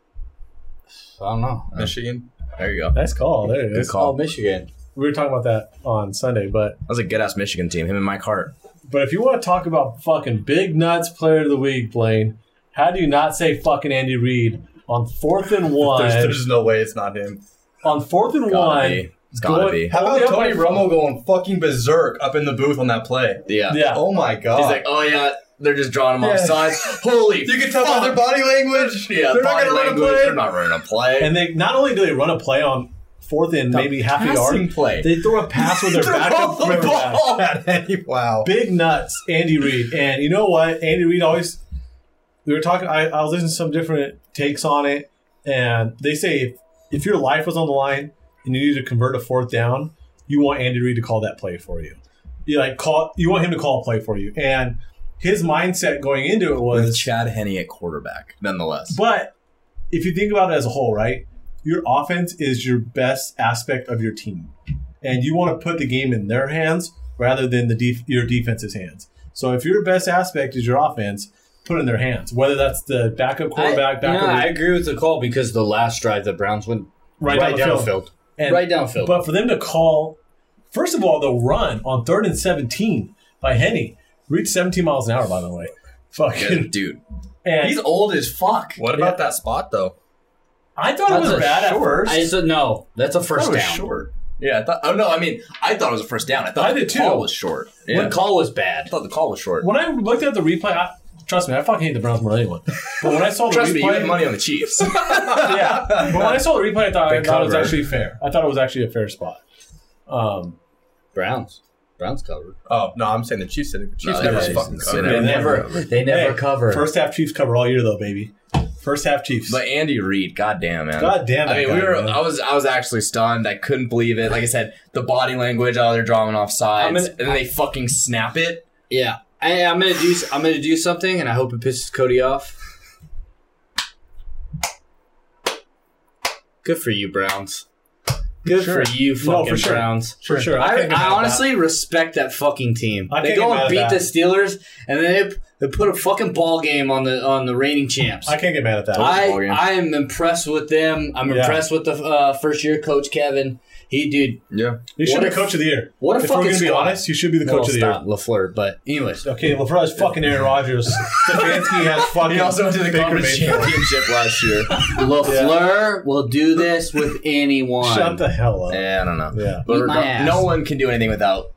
I don't know. Michigan. There you go. That Nice call. There it Good is. call. Oh, Michigan. We were talking about that on Sunday, but was a good ass Michigan team. Him and Mike Hart. But if you want to talk about fucking big nuts player of the week, Blaine, how do you not say fucking Andy Reid on fourth and one? There's, there's no way it's not him. on fourth and Gotta one, be. It's gotta Go- be. How Only about up Tony by- Romo going fucking berserk up in the booth on that play? Yeah. yeah, Oh my god. He's like, oh yeah, they're just drawing them Yeah. off sides. Holy you can tell by their body language. Yeah, they're not body gonna run a language. play. They're not running a play. and they not only do they run a play on fourth and maybe half a passing yard, play. they throw a pass with their Throw back up the the back. ball at any- Wow. Big nuts, Andy Reid, and you know what? Andy Reid always. We were talking. I, I was listening to some different takes on it, and they say if, if your life was on the line and you need to convert a fourth down, you want Andy Reid to call that play for you. You like call. You want him to call a play for you, and his mindset going into it with was. Chad Henney at quarterback, nonetheless. But if you think about it as a whole, right? Your offense is your best aspect of your team, and you want to put the game in their hands rather than the def- your defense's hands. So if your best aspect is your offense, put it in their hands. Whether that's the backup quarterback, I, backup no, I agree with the call because the last drive the Browns went right, down, the field, And- right downfield. But for them to call, first of all, the run on third and seventeen by Henny reached seventeen miles an hour. By the way, Good fucking dude. and He's old as fuck. What about that spot though? I thought it That's was a bad at first. I said no. That's a first That was down. short. Yeah, I thought. Oh no, I mean, I thought it was a first down. I thought I the did, call too. was short. The Yeah. call was I bad. thought the call was short. When I looked at the replay, I, trust me, I fucking hate the Browns more than anyone. But when I saw the Trust me, you replay, had money on the Chiefs. yeah. But when I saw the replay, I thought, I They thought it was covered. actually fair. I thought it was actually a fair spot. Um, Browns. Browns covered. Oh no, I'm saying the Chiefs did it. The Chiefs No, never they- fucking they covered. never- They never. They never hey, cover. First half Chiefs cover all year though, baby. First half Chiefs. But Andy Reid, goddamn man. God damn I that mean, we guy, were. man. I was. I was actually stunned. I couldn't believe it. Like I said, the body language. Oh, they're drawing off sides, I'm an- and then they fucking snap it. yeah. I, I'm gonna do. I'm gonna do something, and I hope it pisses Cody off. Good for you, Browns. Good Sure. for you, fucking No, for sure. Browns. for sure. I, can't get mad I at honestly respect that fucking team. I they can't go get and beat mad at the that. Steelers, and then they, they put a fucking ball game on the on the reigning champs. that. I can't get mad at that. I, ball game. I am impressed with them. I'm Yeah. impressed with the uh, first year coach Kevin. He dude, Yeah. he should what be if- coach of the year. what a if we're fucking gonna be squad. honest, he should be the well, coach of the year. stop, Lafleur. But anyways, Okay, LaFleur's fucking Aaron Rodgers. Stefanski has fucking. He also did the Baker conference Mayfield. championship last year. Lafleur will do this with anyone. Shut the hell up. yeah, I don't know. Yeah. But Eat my regard- ass. no one can do anything without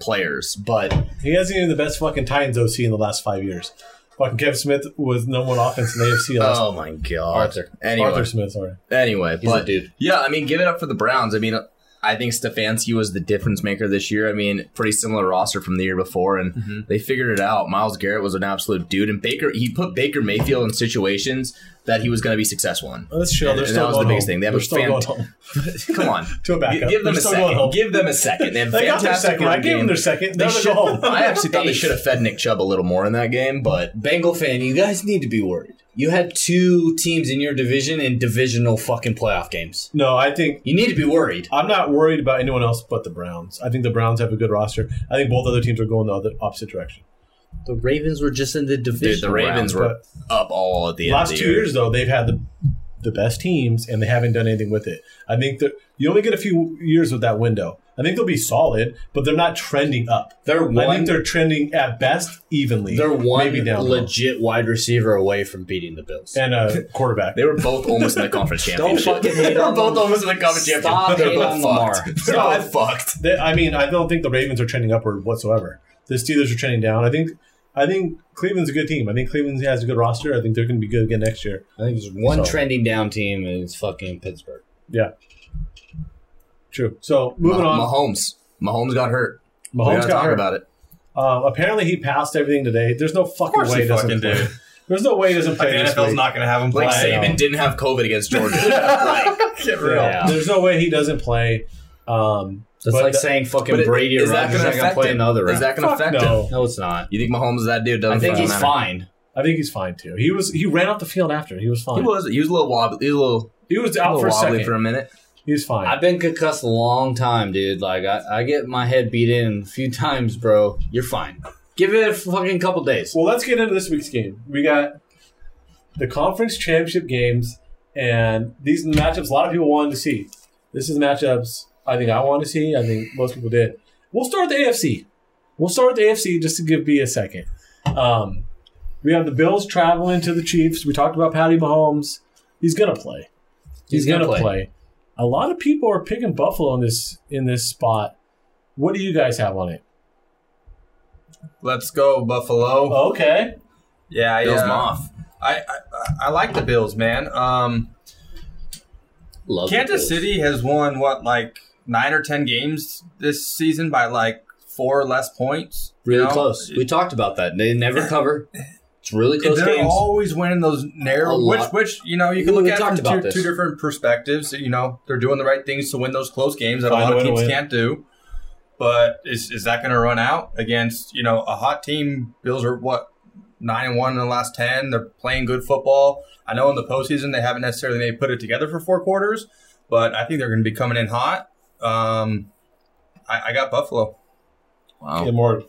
players. But He hasn't even the best fucking Titans OC in the last five years. Fucking Kevin Smith was number one offense in the AFC last. oh my god, Arthur. Anyway, Arthur Smith, sorry. anyway, He's but a dude. Yeah, I mean, give it up for the Browns. I mean, I think Stefanski was the difference maker this year. I mean, pretty similar roster from the year before, and Mm-hmm. they figured it out. Miles Garrett was an absolute dude, and Baker he put Baker Mayfield in situations that he was going to be successful in. Let's chill. Oh, They're And still that was going the biggest home. thing. They have They're a still fan- going home. Come on, To a backup. Gi- give them They're a still going home. second. Give them a second. They, have They got their fantastic second. I little gave them game. their second. Now they should- go home. I actually thought they Hey. should have fed Nick Chubb a little more in that game, but Bengal fan, you guys need to be worried. You had two teams in your division in divisional fucking playoff games. No, I think You need to be worried. I'm not worried about anyone else but the Browns. I think the Browns have a good roster. I think both other teams are going the other, opposite direction. The Ravens were just in the dude, division. the Ravens round, were up all at the end Last of the two year. years though, they've had the the best teams and they haven't done anything with it. I think that you only get a few years with that window. I think they'll be solid, but they're not trending up. They're I one. think They're, they're trending at best evenly. one maybe down legit wide receiver away from beating the Bills. and a quarterback. They were both almost in the conference championship. fucking hate they were on both them. almost in the conference Stop championship. They're hating both on Lamar. fucked. They're both fucked. They, I mean, I don't think the Ravens are trending upward whatsoever. The Steelers are trending down. I think, I think Cleveland's a good team. I think Cleveland has a good roster. I think they're going to be good again next year. I think there's one So- trending down team, and it's fucking Pittsburgh. True. So moving Mah- on, Uh, Mahomes. Mahomes got hurt. we Mahomes gotta got talk hurt. about it. Um, apparently, he passed everything today. There's no fucking course way he he doesn't fucking play. did. There's no way he doesn't The play. this NFL's week. not going to have him play. Like I know. Saban didn't have COVID against Georgia. like, Get real. Yeah. There's no way he doesn't play. Um, That's but like that- saying fucking but it- Brady or is that Rodgers gonna not going to affect play him? another round. Is that going to Fuck affect him? no. no, it's not. You think Mahomes is that dude? Doesn't I think fucking he's matter. fine. I think he's fine too. He was he ran off the field after. He was fine. He He was, was. He was a little wobbly. He was a little, a out little for a wobbly second. for a minute. he was fine. I've been concussed a long time, dude. Like I, I get my head beat in a few times, bro. You're fine. Give it a fucking couple days. Well, let's get into this week's game. We got the conference championship games, and these are the matchups a lot of people wanted to see. This is matchups I think I wanted to see. I think most people did. We'll start with the AFC. We'll start with the AFC just to give B a second. Um, we have the Bills traveling to the Chiefs. We talked about Patty Mahomes. He's gonna play. He's, He's gonna gonna, play. play. A lot of people are picking Buffalo in this in this spot. What do you guys have on it? Let's go, Buffalo. Oh. Okay. Yeah, Bills yeah. Moth. I, I I like the Bills, man. Um, Love the Kansas Bills. City has won what like nine or ten games this season by like four or less points. you really know? close. We talked about that. They never cover. It's really It- close They're games. always winning those A narrow, which lot. which you know you can We- look we at talked it about from two, this. two different perspectives. You know they're doing the right things to win those close games that Find a a lot of way to teams win. can't do. But is is that going to run out against you know a hot team? Bills are what nine and one in the last ten. They're playing good football. I know in the postseason they haven't necessarily maybe put it together for four quarters, but I think they're going to be coming in hot. Um, I, I got Buffalo. Wow. Yeah, more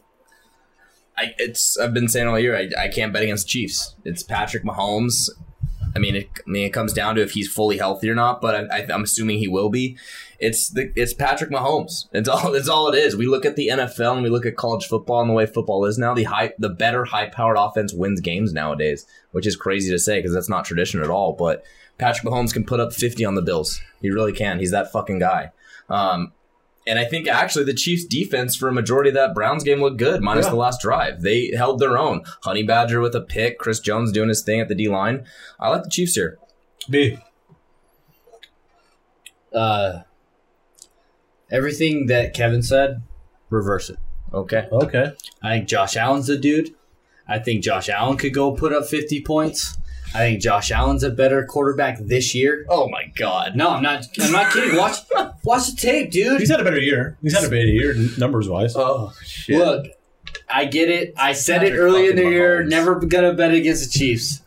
I, it's I've been saying all year I, I can't bet against the Chiefs. It's Patrick Mahomes. I mean, it, I mean, it comes down to if he's fully healthy or not. But I, I, I'm assuming he will be. It's the it's Patrick Mahomes. It's all it's all it is. We look at the NFL and we look at college football and the way football is now. The high the better high powered offense wins games nowadays, which is crazy to say because that's not tradition at all. But Patrick Mahomes can put up 50 on the Bills. He really can. He's that fucking guy. Um, and I think actually the Chiefs' defense for a majority of that Browns game looked good, minus Yeah. the last drive. They held their own. Honey Badger with a pick, Chris Jones doing his thing at the D line. I like the Chiefs here. B. Uh, everything that Kevin said, reverse it. Okay. Okay. I think Josh Allen's a dude. I think Josh Allen could go put up 50 points. I think Josh Allen's a better quarterback this year. Oh my God. No, I'm not. I'm not kidding. Watch, watch the tape, dude. He's had a better year. He's had a better year numbers wise. Uh-huh. Oh shit. Look, I get it. I said it Patrick early in the fucking year. Mahomes. Never gonna bet against the Chiefs,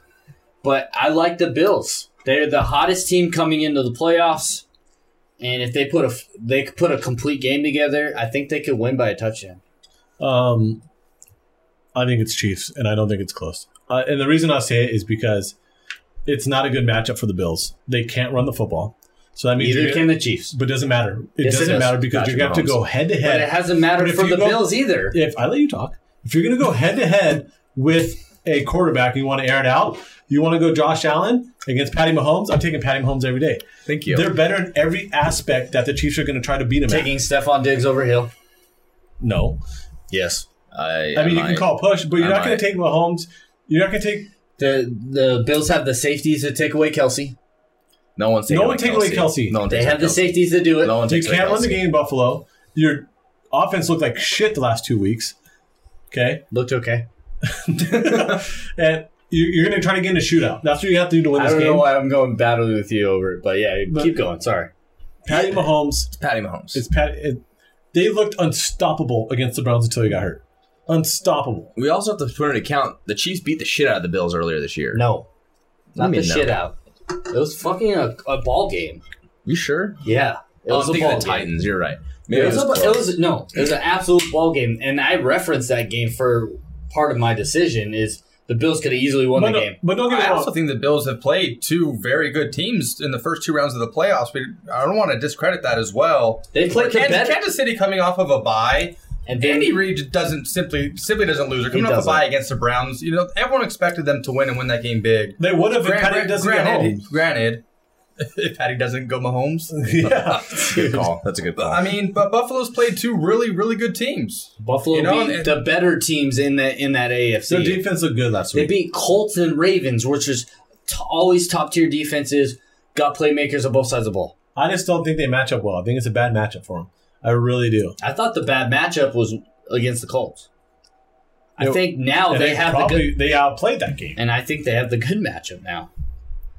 but I like the Bills. They're the hottest team coming into the playoffs, and if they put a f- they could put a complete game together, I think they could win by a touchdown. Um, I think it's Chiefs, and I don't think it's close. Uh, and the reason I say it is because it's not a good matchup for the Bills. They can't run the football, so that means Neither you're can the Chiefs, but it doesn't matter. It Yes, it doesn't does. matter because Patrick you have to Mahomes. go head to but it head. hasn't mattered But if for you the go- Bills either. If I let you talk, if you're going to go head to head with a quarterback, and you want to air it out. You want to go Josh Allen against Patty Mahomes. I'm taking Patty Mahomes every day. Thank you. They're better in every aspect that the Chiefs are going to try to beat him. At. Taking Stephon Diggs over Hill. No, Yes. I, I mean, you can call push, but you're I not going might. to take Mahomes. You're not going to take. The the Bills have the safeties to take away Kelsey. No one's taking No away one take away Kelsey. No one They takes have away the Kelsey. safeties to do it. No one You takes away can't run the Kelsey. game in Buffalo. Your offense looked like shit the last two weeks. Okay, Looked okay. and you- you're going to try to get in a shootout. That's what you have to do to win I this don't know game. why I'm going battle with you over it, but yeah, But- keep going. Sorry. Patty Mahomes It's Patty Mahomes. is Pat. It, they looked unstoppable against the Browns until he got hurt. Unstoppable. we also have to put into account the Chiefs beat the shit out of the Bills earlier this year. No, I not mean, the no. shit out. It was fucking a, a ball game. You sure? Yeah, it I was was a thinking ball the game. Titans. You're right. Maybe It was, it was a, it was no, it was an absolute ball game, and I referenced that game for part of my decision. Is the Bills could have easily won But, the no- game? but don't get me I wrong. also think the Bills have played two very good teams in the first two rounds of the playoffs. We, I don't want to discredit that as well. They played the Kansas, better- Kansas City coming off of a bye. And then Andy Reid doesn't simply simply doesn't lose. They're coming off a doesn't. bye against the Browns. You know, everyone expected them to win and win that game big. they would have if Gran- Patty gran- doesn't get granted, home. granted, if Patty doesn't go Mahomes, yeah. good call. That's a good call. I mean, but Buffalo's played two really really good teams. Buffalo You know, beat and- the better teams in that in that AFC. Their defense looked good last They week. beat Colts and Ravens, which is t- always top tier defenses. Got playmakers on both sides of the ball. I just don't think they match up well. I think it's a bad matchup for them. I really do. I thought the bad matchup was against the Colts. I They- think now and they, have the good, probably they outplayed that game. and I think they have the good matchup now.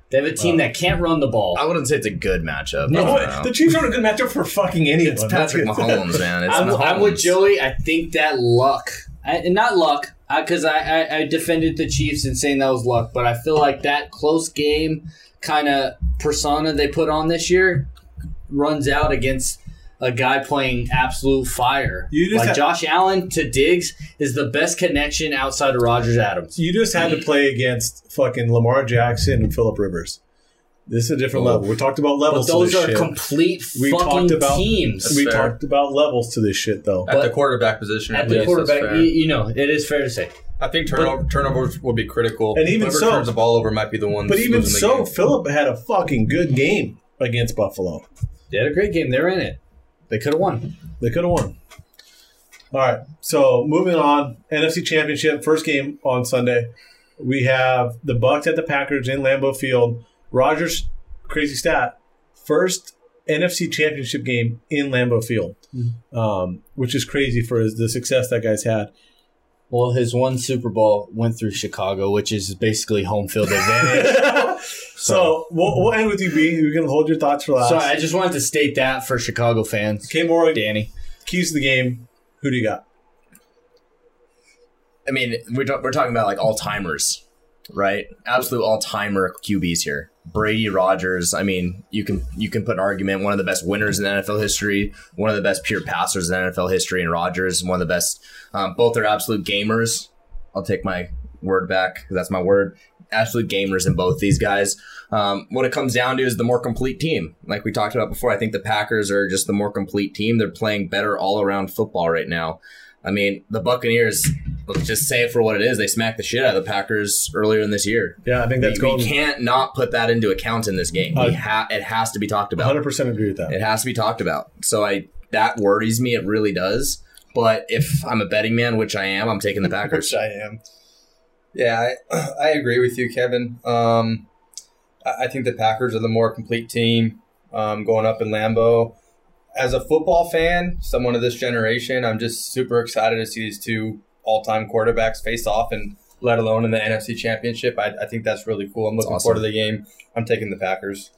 They have a team that can't run the ball. I wouldn't say it's a good matchup. No, I don't wait, know. the Chiefs aren't a good matchup for fucking anyone. it's That's Patrick good. Mahomes, man. It's I'm, I'm Mahomes. with Joey. I think that luck, I, and not luck, because I, I, I defended the Chiefs and saying that was luck, but I feel like that close game kind of persona they put on this year runs out against a guy playing absolute fire. You just like have- Josh Allen to Diggs is the best connection outside of Rogers Adams. You just had to play against fucking Lamar Jackson and Philip Rivers. This is a different level. We talked about Oh. But levels. those to this are shit. complete We fucking talked about- teams. We Fair. talked about levels to this shit, though. At But- the quarterback position, At the least, that's quarterback, fair. you, you know, it is fair to say. I think turnover, turnovers will be critical. And even Whoever so- turns the ball over might be the one. But even losing the so, game. Philip had a fucking good game against Buffalo. They had a great game. They're in it. They could have won. They could have won. All right. So moving on, NFC Championship first game on Sunday. We have the Bucks at the Packers in Lambeau Field. Rogers, crazy stat, first NFC Championship game in Lambeau Field, um, which is crazy for his, the success that guy's had. Well, his one Super Bowl went through Chicago, which is basically home field advantage. so we'll, we'll end with you, B. You can hold your thoughts for last. Sorry, I just wanted to state that for Chicago fans. K. Moore, Danny. keys to the game. Who do you got? I mean, we're, ta- we're talking about like all timers, right? Absolute all timer QBs here. Brady Rogers. I mean, you can you can put an argument. One of the best winners in NFL history. One of the best pure passers in NFL history. And Rogers, one of the best. Um, both are absolute gamers. I'll take my word back. 'cause That's my word. Absolute gamers in both these guys. Um, what it comes down to is the more complete team. Like we talked about before, I think the Packers are just the more complete team. They're playing better all around football right now. I mean, the Buccaneers, let's just say it for what it is, they smacked the shit out of the Packers earlier in this year. Yeah, I think We, that's we going. can't not put that into account in this game. Uh, We ha- it has to be talked about. 100% agree with that. It has to be talked about. So I that worries me. It really does. But if I'm a betting man, which I am, I'm taking the Packers. I am. Yeah, I, I agree with you, Kevin. Um, I, I think the Packers are the more complete team um, going up in Lambeau. As a football fan, someone of this generation, I'm just super excited to see these two all time quarterbacks face off and let alone in the NFC Championship. I, I think that's really cool. I'm looking awesome. forward to the game. I'm taking the Packers.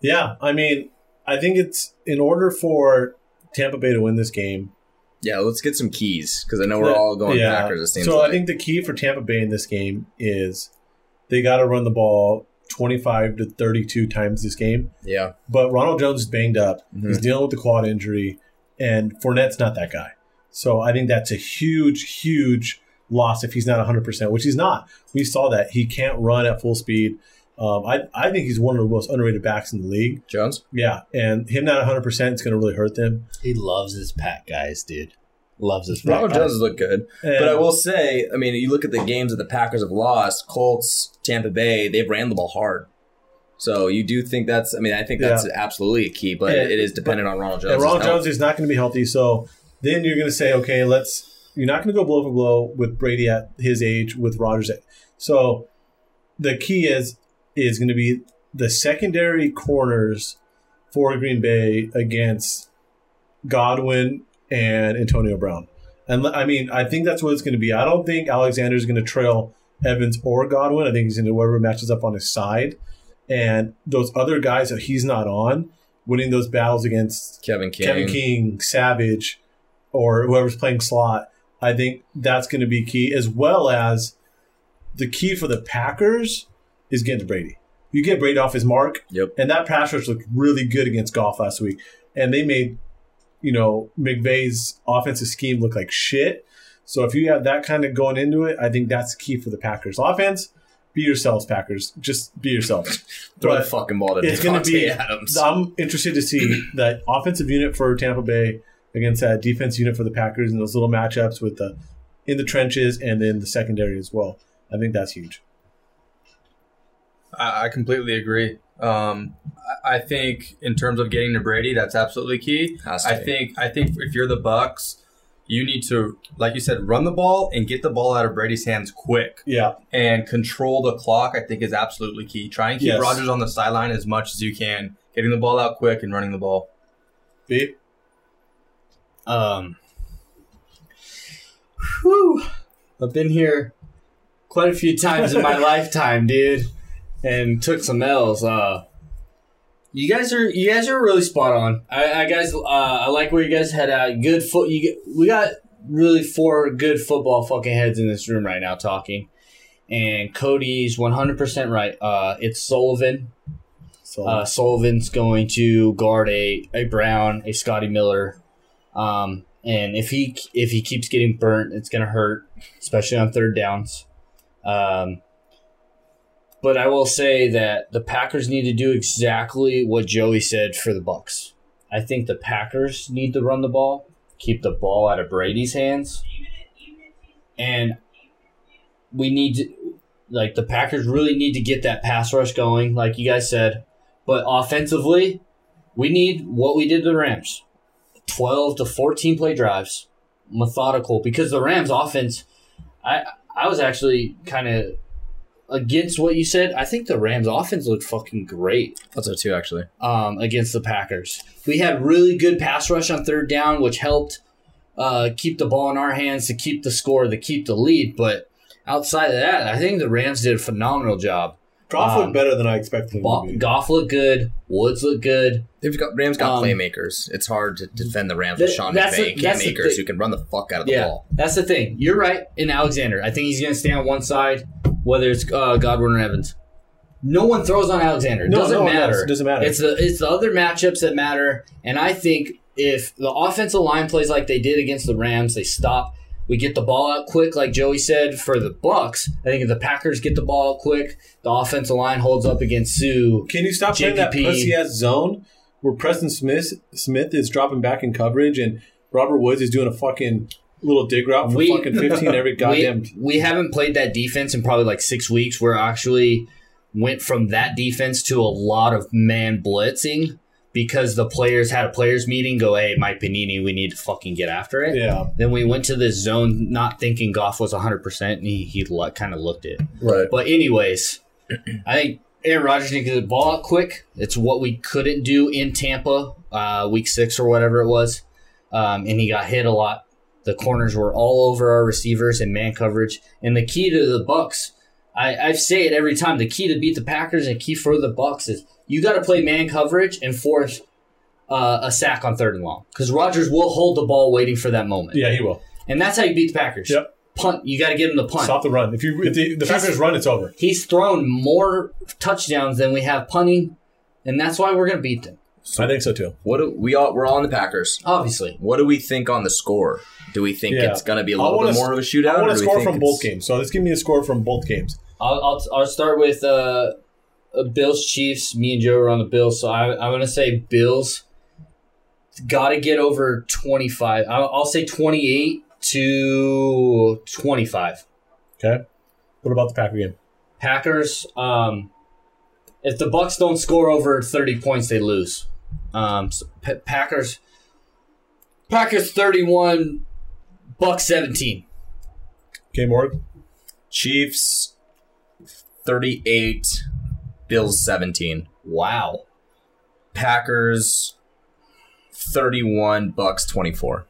Yeah, I mean, I think it's in order for Tampa Bay to win this game. Yeah, let's get some keys because I know we're all going Yeah. Packers. It seems so like. I think the key for Tampa Bay in this game is they got to run the ball 25 to 32 times this game. yeah, But Ronald Jones is banged up. Mhm. He's dealing with the quad injury, and Fournette's not that guy. So I think that's a huge, huge loss if he's not 100%, which he's not. We saw that. He can't run at full speed. Um, I, I think he's one of the most underrated backs in the league. Jones. Yeah. And him not 100% is going to really hurt them. He loves his pack, guys, dude. Loves his pack. Ronald Jones look good. And- But I will say, I mean, you look at the games that the Packers have lost, Colts, Tampa Bay, they've ran the ball hard. So you do think that's, I mean, I think that's absolutely a key, but And- it is dependent on Ronald Jones. And Ronald health. Jones is not going to be healthy. So then you're going to say, okay, let's. You're not going to go blow for blow with Brady at his age with Rodgers. At, so the key is is going to be the secondary corners for Green Bay against Godwin and Antonio Brown. And I mean, I think that's what it's going to be. I don't think Alexander's going to trail Evans or Godwin. I think he's into whoever matches up on his side. And those other guys that he's not on, winning those battles against Kevin King. Kevin King, Savage, or whoever's playing slot, I think that's going to be key, as well as the key for the Packers is getting to Brady. You get Brady off his mark, Yep. and that pass rush looked really good against Goff last week, and they made you know McVay's offensive scheme look like shit. So if you have that kind of going into it, I think that's key for the Packers offense. Be yourselves, Packers. Just be yourselves. Throw the But- fucking ball to it's gonna Devontae be- Adams. I'm interested to see Mm-hmm. that offensive unit for Tampa Bay against that defense unit for the Packers and those little matchups with the in the trenches and then the secondary as well. I think that's huge. I, I completely agree. Um, I, I think in terms of getting to Brady, that's absolutely key. Has to I be. think I think if you're the Bucks, you need to, like you said, run the ball and get the ball out of Brady's hands quick. Yeah, and control the clock, I think is absolutely key. Try and keep Yes. Rodgers on the sideline as much as you can, getting the ball out quick and running the ball. B. Um, whew, I've been here quite a few times in my lifetime, dude, and took some L's. Uh, you guys are you guys are really spot on. I, I guys, uh, I like where you guys head out. Good foot. You get, we got really four good football fucking heads in this room right now talking. And Cody's 100% right. Uh, it's Sullivan So uh, Sullivan's going to guard a, a Brown, a Scotty Miller, um, and if he if he keeps getting burnt, it's gonna hurt, especially on third downs. Um, but I will say that the Packers need to do exactly what Joey said for the Bucks. I think the Packers need to run the ball, keep the ball out of Brady's hands, and we need to. Like the Packers really need to get that pass rush going, like you guys said. But offensively, we need what we did to the Rams 12 to 14 play drives, methodical, because the Rams offense, I, I was actually kind of against what you said. I think the Rams offense looked fucking great That's a two, actually. um, against the Packers. We had really good pass rush on third down, which helped uh, keep the ball in our hands to keep the score, to keep the lead. But outside of that, I think the Rams did a phenomenal job. Goff looked um, better than I expected. him Ba- to be. Goff looked good. Woods looked good. They've got Rams got Um, playmakers. It's hard to defend the Rams with that- Sean that's McVay, the- Cam that's the Akers, thing. who can run the fuck out of the yeah, ball. that's the thing. You're right in Alexander. I think he's going to stay on one side, whether it's uh, Godwin or Evans. No one throws on Alexander. It No, doesn't no, no, matter. it doesn't matter. It's the it's the other matchups that matter. And I think if the offensive line plays like they did against the Rams, they stop. We get the ball out quick, like Joey said for the Bucks. I think if the Packers get the ball out quick, the offensive line holds up against Sue. Can you stop playing that JPP. pussy ass zone where Preston Smith Smith is dropping back in coverage and Robert Woods is doing a fucking little dig route for We- fucking fifteen every goddamn. we, we haven't played that defense in probably like six weeks. We're actually went from that defense to a lot of man blitzing because the players had a players meeting. Go, hey, Mike Panini, we need to fucking get after it. yeah, Then we went to this zone, not thinking Goff was 100%, and he, he kind of looked it. Right. But anyways, I think Aaron Rodgers needs to get the ball out quick. It's what we couldn't do in Tampa, uh, week six or whatever it was, um, and he got hit a lot. The corners were all over our receivers and man coverage. And the key to the Bucks, I, I say it every time, the key to beat the Packers and key for the Bucks is you got to play man coverage and force uh, a sack on third and long because Rodgers will hold the ball waiting for that moment. yeah, he will and that's how you beat the Packers. Yep. Punt. You got to get him to punt. stop the run. If you if the, the Packers run, it's over. He's thrown more touchdowns than we have punting, and that's why we're going to beat them. I think so too. What do we all? We're all in the Packers. Obviously, What do we think on the score? Do we think Yeah. it's going to be a I little wanna bit s- more of a shootout? I want to or do we score think from both it's- games. So let's give me a score from both games. I'll I'll, I'll start with uh, uh, Bills Chiefs. Me and Joe are on the Bills, so I, I'm going to say Bills. Got to get over 25. I'll, I'll say 28 to 25. Okay. What about the Packer game? Packers. Um, if the Bucks don't score over thirty points, they lose. Um, so Pa- Packers. Packers thirty-one, Bucks seventeen. Game org? Chiefs thirty-eight, Bills seventeen, Wow. Packers thirty-one, Bucks twenty-four.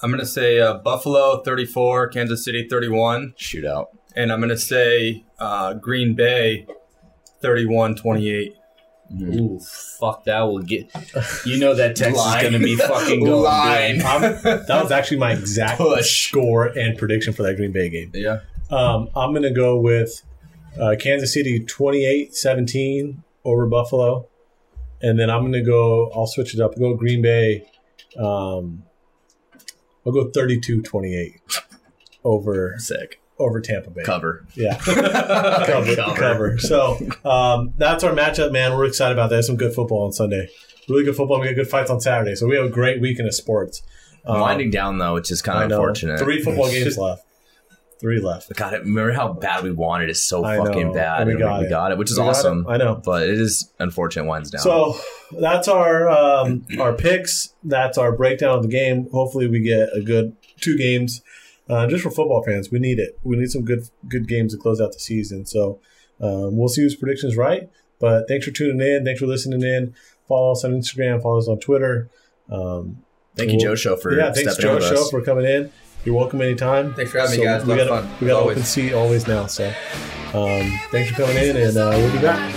I'm going to say uh, Buffalo 34, Kansas City 31, Shootout. and I'm going to say uh, Green Bay 31 28. Ooh, fuck! That will get. You know that text Line. is gonna be fucking going. Line. That was actually my exact Push. score and prediction for that Green Bay game. Yeah. Um, I'm going to go with uh, Kansas City 28 17 over Buffalo. And then I'm going to go, I'll switch it up, go Green Bay. Um, I'll go 32 28 over, Sick. over Tampa Bay. Cover. Yeah. cover, cover. So um, that's our matchup, man. We're excited about that. There's some good football on Sunday. Really good football. We got good fights on Saturday. So we have a great weekend of sports. Um, Winding down though, which is kind I of know. unfortunate. Three football games left. Three left. God, I remember how bad we wanted it is so I fucking know. bad. And we and got it. which is We got it. awesome. I know. But it is unfortunate winds down. So that's our um, our picks. That's our breakdown of the game. Hopefully, we get a good two games. Uh, just for football fans, we need it. We need some good good games to close out the season. So um, we'll see whose predictions right. But thanks for tuning in. Thanks for listening in. Follow us on Instagram. Follow us on Twitter. Um, thank you, we'll- Joe Show, for yeah, thanks stepping Joe in with Show us. for coming in. You're welcome anytime. Thanks for having me, guys. We Lot got of a, fun, we got as an always. open seat always now. So um, thanks for coming in, and uh, we'll be back.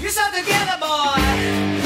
You're so together, boy.